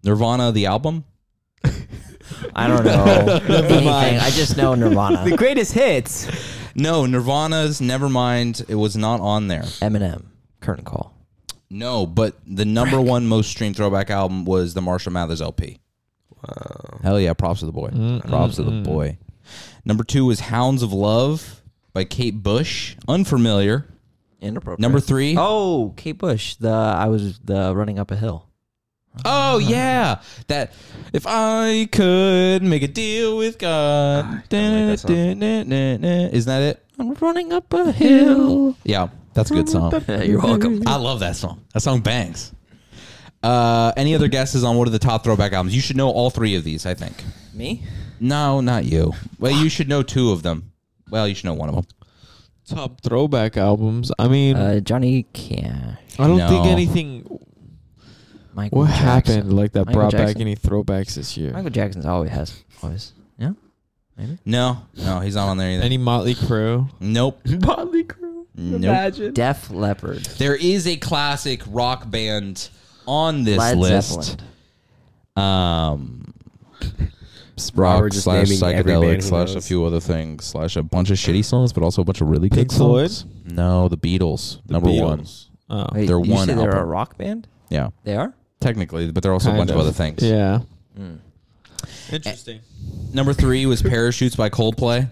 Speaker 2: Nirvana, the album?
Speaker 3: I don't know anything. I just know Nirvana.
Speaker 1: Greatest hits.
Speaker 2: No, Nirvana's Nevermind. It was not on there.
Speaker 3: Eminem. Curtain call.
Speaker 2: No, but the number one most streamed throwback album was the Marshall Mathers LP. Wow. Hell yeah, props to the boy. props to the boy. Number two was Hounds of Love by Kate Bush. Unfamiliar.
Speaker 3: Inappropriate.
Speaker 2: Number three oh
Speaker 3: Oh, Kate Bush. The I was the running up a hill.
Speaker 2: Oh, yeah. That if I could make a deal with God.
Speaker 1: Ah, like that song.
Speaker 2: Isn't that it?
Speaker 3: I'm running up a hill.
Speaker 2: Yeah. That's a good
Speaker 3: *laughs*
Speaker 2: song.
Speaker 3: You're welcome.
Speaker 2: I love that song. That song bangs. Uh, any other guesses on what are the top throwback albums? You should know all three of these, I think.
Speaker 3: Me?
Speaker 2: No, not you. Well, you should know two of them. Well, you should know one of them.
Speaker 4: Top throwback albums. I mean,
Speaker 3: Uh, Johnny Cash.
Speaker 4: I don't
Speaker 2: no.
Speaker 4: think anything.
Speaker 3: Michael
Speaker 4: What
Speaker 3: Jackson.
Speaker 4: happened like that
Speaker 3: Michael
Speaker 4: brought back
Speaker 3: Jackson.
Speaker 4: any throwbacks this year?
Speaker 3: Michael Jackson's always has always. Yeah.
Speaker 2: No, no, he's not on there either.
Speaker 4: Any Motley Crue?
Speaker 2: nope.
Speaker 1: Motley Crue.
Speaker 2: Nope.
Speaker 3: Def Leppard.
Speaker 2: There is a classic rock band on this
Speaker 3: Led
Speaker 2: list.
Speaker 3: Zeppelin.
Speaker 2: Um,
Speaker 1: Wow, we're
Speaker 2: rock
Speaker 1: just
Speaker 2: slash
Speaker 1: naming every band
Speaker 2: psychedelic
Speaker 1: who
Speaker 2: slash a
Speaker 1: knows.
Speaker 2: few other things slash a bunch of shitty songs, but also a bunch of really good
Speaker 4: Pink Floyd?
Speaker 2: songs. No, the Beatles. number one.
Speaker 4: Oh,
Speaker 3: Wait,
Speaker 2: They're
Speaker 3: you
Speaker 2: one
Speaker 3: say they're a
Speaker 2: album.
Speaker 3: rock band?
Speaker 2: Yeah,
Speaker 3: They are?
Speaker 2: technically, but there are also a
Speaker 4: kind
Speaker 2: bunch of. other things.
Speaker 4: Yeah.
Speaker 3: Hmm.
Speaker 4: Interesting.
Speaker 2: Number three was "Parachutes" by Coldplay.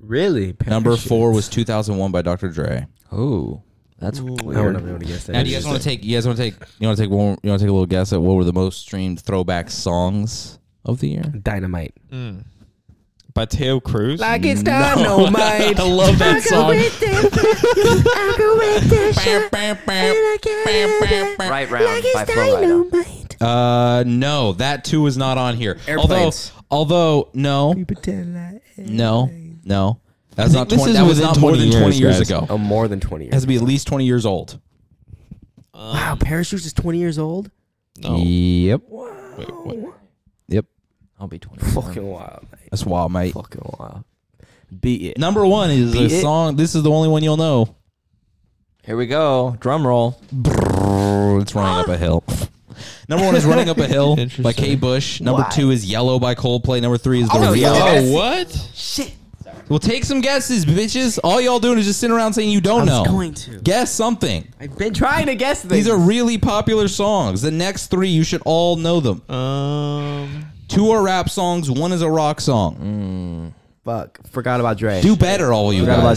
Speaker 1: Really?
Speaker 2: Number four was "2001" by Dr. Dre.
Speaker 3: Oh. That's weird.
Speaker 1: I don't know to guess that.
Speaker 2: Now, do you guys want to take? You guys want to take? You want to take one? You want to take a little guess at what were the most streamed throwback songs of the year?
Speaker 1: Dynamite.
Speaker 4: By Teo Cruz.
Speaker 1: Like it's dynamite.
Speaker 4: *laughs* I love that song.
Speaker 3: Right round by Flo Rida.
Speaker 2: Uh, no, that too was not on here.
Speaker 1: Airplanes.
Speaker 2: Although, although no, no, no, that's not
Speaker 4: this
Speaker 2: twenty.
Speaker 4: is
Speaker 2: That was
Speaker 4: within
Speaker 2: not more than
Speaker 4: 20
Speaker 2: twenty years,
Speaker 4: years, guys.
Speaker 2: ago.
Speaker 1: Oh, more than 20
Speaker 2: It
Speaker 1: years.
Speaker 2: has to be at least twenty years old.
Speaker 1: Wow, Parachutes is 20 years old?
Speaker 2: Yep. Yep.
Speaker 3: I'll be 21.
Speaker 1: Fucking wild, mate.
Speaker 2: That's wild, mate.
Speaker 1: Fucking wild. Beat it.
Speaker 2: Number one is
Speaker 1: Beat
Speaker 2: a
Speaker 1: it.
Speaker 2: song. This is the only one you'll know.
Speaker 3: Here we go. Drum roll.
Speaker 2: It's running up a hill. *laughs* Number one is running up a hill by Kay
Speaker 4: Interesting.
Speaker 2: Bush. Number two is Yellow by Coldplay. Number three is the real.
Speaker 4: Oh, what?
Speaker 2: Well, take some guesses, bitches. All y'all doing is just sitting around saying you don't know.
Speaker 1: going to.
Speaker 2: guess something.
Speaker 1: I've been trying to guess
Speaker 2: These are really popular songs. The next three, you should all know them.
Speaker 4: Mm. Um,
Speaker 2: Two are rap songs. One is a rock song.
Speaker 1: Fuck. Forgot about Dre.
Speaker 2: Do better, all you
Speaker 1: Mm. Forgot about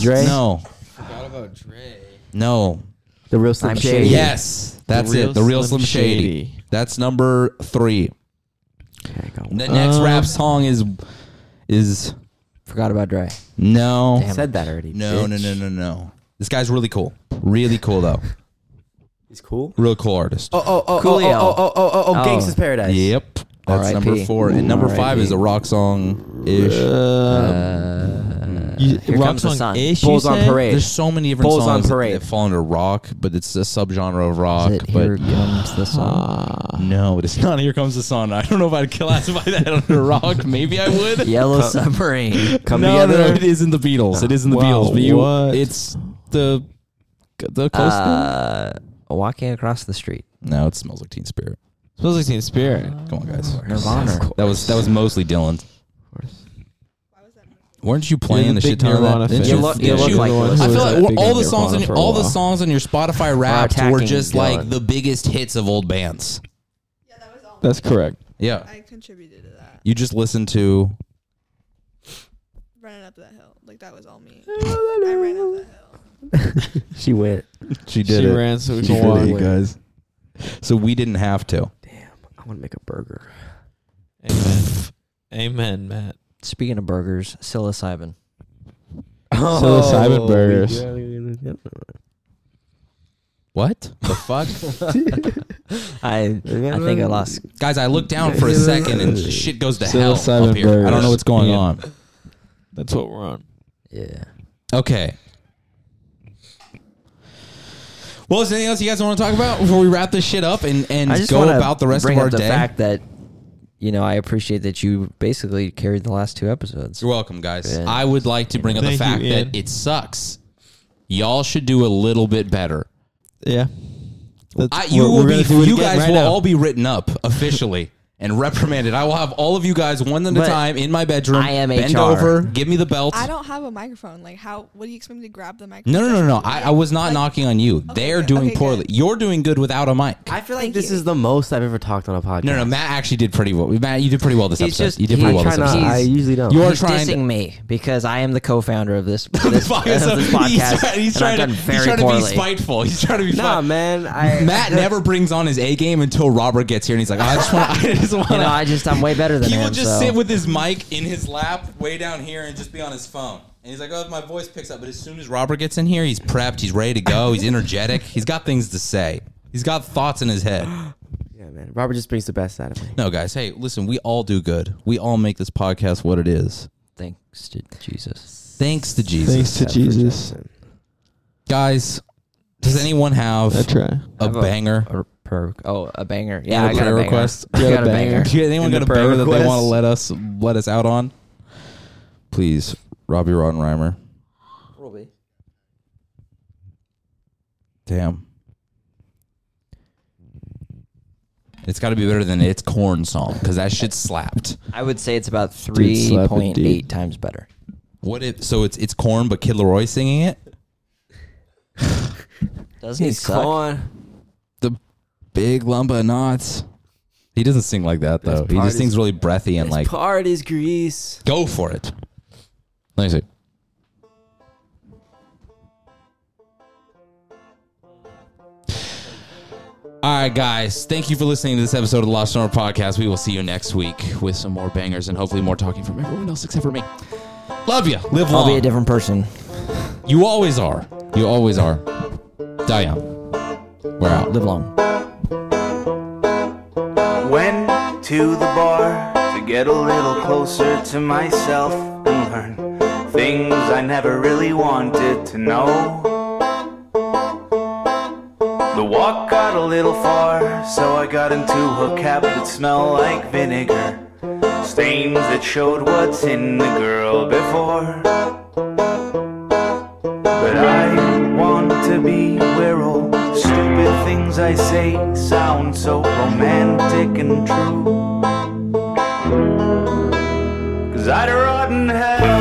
Speaker 2: guys.
Speaker 1: Dre?
Speaker 2: No, no.
Speaker 1: The real Slim
Speaker 3: I'm
Speaker 1: Shady.
Speaker 3: Shady.
Speaker 2: Yes, that's
Speaker 4: Real
Speaker 2: it. The real Slim,
Speaker 4: Slim
Speaker 2: Shady.
Speaker 4: Shady.
Speaker 2: That's number three.
Speaker 1: go.
Speaker 2: The next
Speaker 4: Um,
Speaker 2: rap song is is
Speaker 3: Forgot about Dre.
Speaker 2: no,
Speaker 3: Damn.
Speaker 1: Said that already.
Speaker 2: no, no, no, no, no. This guy's really cool. Really cool though.
Speaker 1: He's cool.
Speaker 2: Real cool artist.
Speaker 1: Oh, oh, oh,
Speaker 3: Coolio.
Speaker 1: oh, oh, oh, oh, oh, oh,
Speaker 3: Oh.
Speaker 1: Gangsta's Paradise.
Speaker 2: Yep. That's
Speaker 3: R.I.P..
Speaker 2: number four. And number five is a rock song ish.
Speaker 4: Uh, you,
Speaker 3: Here
Speaker 4: rock
Speaker 3: comes the
Speaker 4: song
Speaker 3: sun.
Speaker 4: ish. you
Speaker 1: Bulls on
Speaker 4: said?
Speaker 1: Parade.
Speaker 2: There's so many different
Speaker 1: Bulls on
Speaker 2: songs
Speaker 1: Parade.
Speaker 2: that fall under rock, but it's a subgenre of rock.
Speaker 3: Is it Here
Speaker 2: But
Speaker 3: Comes the Sun? *laughs*
Speaker 2: no, it's not. Here comes the sun. I don't know if I'd *laughs* classify that under rock. Maybe I would.
Speaker 3: *laughs* Yellow Submarine.
Speaker 1: Come
Speaker 2: no,
Speaker 1: together.
Speaker 2: no, it isn't the Beatles. It isn't the
Speaker 4: Wow,
Speaker 2: Beatles. But you,
Speaker 4: what?
Speaker 2: it's the the close
Speaker 3: Uh, walking across the street.
Speaker 2: thing. No, it smells like Teen Spirit.
Speaker 4: Smells like Teen Spirit.
Speaker 2: Come on, guys.
Speaker 3: Nirvana.
Speaker 2: That was that was mostly Dylan. Weren't you
Speaker 4: You're
Speaker 2: playing the
Speaker 4: the
Speaker 2: shit
Speaker 4: big
Speaker 2: ton of
Speaker 4: Nirvana
Speaker 2: that? Didn't
Speaker 4: fan.
Speaker 3: You look- you
Speaker 2: didn't
Speaker 3: look like you
Speaker 2: I
Speaker 3: listen
Speaker 2: feel
Speaker 3: to
Speaker 2: like
Speaker 3: that
Speaker 2: we're- all the songs, on, all the songs on your Spotify Wrapped were
Speaker 3: attacking
Speaker 2: just
Speaker 3: Dylan.
Speaker 2: like the biggest hits of old bands.
Speaker 5: Yeah, that was all.
Speaker 4: That's correct.
Speaker 2: Yeah,
Speaker 5: I contributed to that.
Speaker 2: you just listen to.
Speaker 5: Running up that hill, like that was all me. I ran up that hill.
Speaker 1: *laughs* She went.
Speaker 2: She
Speaker 4: she ran so we
Speaker 1: She
Speaker 4: can
Speaker 1: did
Speaker 4: walk.
Speaker 1: it.
Speaker 2: guys. So we didn't have to.
Speaker 1: I want to make a burger.
Speaker 4: Amen. Amen, Matt.
Speaker 3: Speaking of burgers, psilocybin. Oh.
Speaker 4: Psilocybin burgers.
Speaker 2: What the fuck,
Speaker 3: I I think I lost.
Speaker 2: guys? I look down for a second and shit goes to hell
Speaker 4: Psilocybin
Speaker 2: up here. I don't know
Speaker 4: burgers.
Speaker 2: what's going
Speaker 4: Yeah.
Speaker 2: on.
Speaker 4: That's what we're on.
Speaker 3: Yeah.
Speaker 2: Okay. Well, is there anything else you guys want to talk about before we wrap this shit up and and
Speaker 3: I just
Speaker 2: go
Speaker 3: wanna
Speaker 2: about the rest
Speaker 3: bring
Speaker 2: of our
Speaker 3: up the
Speaker 2: day?
Speaker 3: fact that you know, I appreciate that you basically carried the last two episodes.
Speaker 2: You're welcome, guys.
Speaker 3: Yeah.
Speaker 2: I would like to bring up the
Speaker 4: Thank you,
Speaker 2: fact
Speaker 4: Ian.
Speaker 2: that it sucks. Y'all should do a little bit better.
Speaker 4: Yeah. That's-
Speaker 2: I, Uh, you
Speaker 4: we're-
Speaker 2: will
Speaker 4: we're gonna
Speaker 2: be,
Speaker 4: do it
Speaker 2: you
Speaker 4: again
Speaker 2: guys
Speaker 4: right
Speaker 2: will
Speaker 4: now.
Speaker 2: all be written up officially *laughs* and reprimanded. I will have all of you guys one at a
Speaker 3: But
Speaker 2: time in my bedroom.
Speaker 3: I am
Speaker 2: Bend
Speaker 3: HR.
Speaker 2: over. Give me the belt.
Speaker 5: I don't have a microphone. Like, how? What do you expect me to grab the microphone?
Speaker 2: No, no, no, no. I, I was not
Speaker 5: Like-
Speaker 2: knocking on you. They're
Speaker 5: good.
Speaker 2: doing
Speaker 5: Okay,
Speaker 2: poorly.
Speaker 5: good.
Speaker 2: You're doing good without a mic.
Speaker 1: I feel like
Speaker 5: Thank
Speaker 1: this
Speaker 5: you.
Speaker 1: is the most I've ever talked on a podcast.
Speaker 2: No, no, Matt actually did pretty well. Matt, you did pretty well this
Speaker 3: He's
Speaker 2: episode.
Speaker 3: just-
Speaker 2: you did pretty
Speaker 3: he-
Speaker 1: I
Speaker 2: well
Speaker 1: try
Speaker 2: this
Speaker 1: not.
Speaker 2: episode. *laughs*
Speaker 1: I usually don't.
Speaker 2: You are
Speaker 3: He's
Speaker 2: trying.
Speaker 3: dissing
Speaker 2: To,
Speaker 3: me because I am the co-founder of
Speaker 2: *laughs*
Speaker 3: this, this, of this
Speaker 2: he's
Speaker 3: podcast.
Speaker 2: trying- he's
Speaker 3: and
Speaker 2: trying,
Speaker 3: I've done
Speaker 2: to,
Speaker 3: very
Speaker 2: he's trying to be
Speaker 3: poorly.
Speaker 2: spiteful. He's trying to be.
Speaker 1: nah,
Speaker 2: fun.
Speaker 1: man. I, *laughs*
Speaker 3: *laughs*
Speaker 2: Matt never brings on his A game until Robert gets here, and he's like, "I just want. I just want."
Speaker 3: You know, I just I'm way better than
Speaker 2: he
Speaker 3: him.
Speaker 2: will just
Speaker 3: so.
Speaker 2: sit with his mic in his lap, way down here, and just be on his phone. And he's like, "Oh, my voice picks up." But as soon as Robert gets in here, he's prepped. He's ready to go. He's energetic. he's got things to say. He's got thoughts in his head.
Speaker 1: Yeah, man. Robert just brings the best out of me.
Speaker 2: No, guys. Hey, listen. We all do good. We all make this podcast what it is.
Speaker 3: Thanks to Jesus.
Speaker 2: Thanks to Jesus,
Speaker 4: Thanks to
Speaker 1: Except for
Speaker 4: Jesus.
Speaker 1: Justin.
Speaker 2: guys. Does anyone have
Speaker 4: I try.
Speaker 2: a
Speaker 3: have a-
Speaker 2: banger?
Speaker 3: Or per, oh, a banger.
Speaker 2: You
Speaker 3: Yeah,
Speaker 2: have a
Speaker 3: I got
Speaker 2: prayer
Speaker 3: a banger.
Speaker 2: request?
Speaker 3: I
Speaker 4: You
Speaker 3: got a banger.
Speaker 2: Do *laughs* you, anyone
Speaker 1: In
Speaker 2: got
Speaker 1: the
Speaker 2: a banger
Speaker 1: prayer
Speaker 2: that they
Speaker 1: request?
Speaker 2: want to let us let us out on? Please, Robbie Rodenheimer. Damn. It's got to be better than it's corn song because that shit slapped.
Speaker 3: I would say it's about
Speaker 4: Dude, slap it,
Speaker 3: 3.8
Speaker 4: dude.
Speaker 3: times better.
Speaker 2: What if so? It's it's corn, but Kid Leroy singing it.
Speaker 3: Doesn't he
Speaker 1: He's
Speaker 3: suck?
Speaker 1: gone.
Speaker 2: The big lump of knots. He doesn't sing like that though. He
Speaker 1: part
Speaker 2: just
Speaker 1: is-
Speaker 2: sings really breathy and
Speaker 1: Like,
Speaker 2: like
Speaker 1: part is Greece.
Speaker 2: go for it. Let me see. All right, guys. Thank you for listening to this episode of the Lost Summer Podcast. We will see you next week with some more bangers and hopefully more talking from everyone else except for me. Love you. Live
Speaker 3: I'll be a
Speaker 2: long.
Speaker 3: different person.
Speaker 2: you always are. You always are. Die young. We're out.
Speaker 3: Live long.
Speaker 10: Went to the bar to get a little closer to myself and learn things I never really wanted to know. The walk got a little far, so I got into a cab that smelled like vinegar. Stains that showed what's in the girl before. But I want to be where all stupid things I say sound so romantic and true. Cause I'd rotten hell.